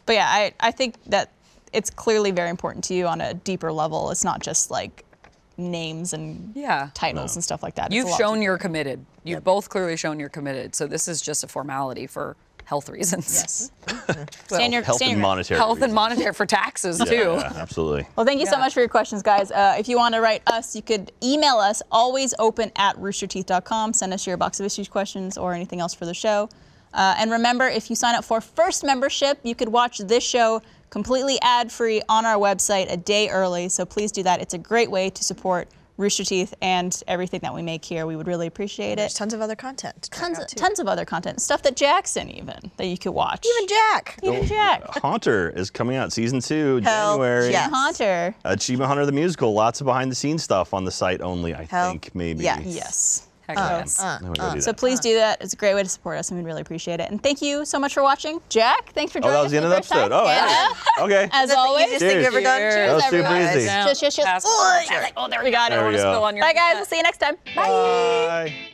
S2: But yeah, I, I think that it's clearly very important to you on a deeper level. It's not just like names and
S4: Yeah.
S2: titles and stuff like that. It's a
S4: You've
S2: lot
S4: shown
S2: deeper.
S4: you're committed. You've both clearly shown you're committed. So this is just a formality for health reasons.
S2: Yes. stand your,
S3: Health
S2: stand
S3: and
S2: your-
S3: monetary.
S4: Health and
S3: reasons.
S4: monetary for taxes too.
S3: Yeah, yeah, absolutely.
S2: Well, thank you so
S4: Yeah.
S2: much for your questions, guys. Uh, if you want to write us, you could email us, alwaysopen at roosterteeth.com. Send us your box of issues questions or anything else for the show. Uh, and remember, if you sign up for first membership, you could watch this show completely ad free on our website a day early. So please do that. It's a great way to support Rooster Teeth and everything that we make here. We would really appreciate
S5: There's
S2: it.
S5: tons of other content. to check
S2: Tons
S5: out,
S2: of,
S5: too.
S2: tons of other content, stuff that Jackson even that you could watch.
S5: Even Jack.
S2: Even
S3: Oh,
S2: Jack.
S3: Haunter is coming out season two,
S5: Hell
S3: January.
S5: yeah.
S2: Hunter.
S3: Achievement Hunter the musical, lots of behind the scenes stuff on the site only, I
S5: Hell
S3: think, maybe.
S5: yes.
S2: Yes.
S4: Heck
S2: Um,
S4: yes.
S3: I'm gonna go do
S2: So
S3: that.
S2: please do that. It's a great way to support us, and we'd really appreciate it. And thank you so much for watching, Jack. Thanks for
S3: oh,
S2: joining
S3: that
S2: us.
S3: was the end
S2: for
S3: of the
S2: first
S3: episode.
S2: time.
S3: Oh,
S2: Yeah.
S3: excellent. okay.
S2: As
S5: That's
S2: always,
S5: the easiest thing you've ever done.
S4: Cheers.
S5: Cheers,
S3: That was super
S5: everyone.
S3: easy.
S4: Now,
S2: Just- just- just-
S4: pass.
S5: Ugh.
S4: Oh, there we go. I
S3: There we
S4: don't want to
S3: go.
S4: spill on your
S2: Bye, guys.
S4: consent.
S2: We'll see you next time.
S3: Bye.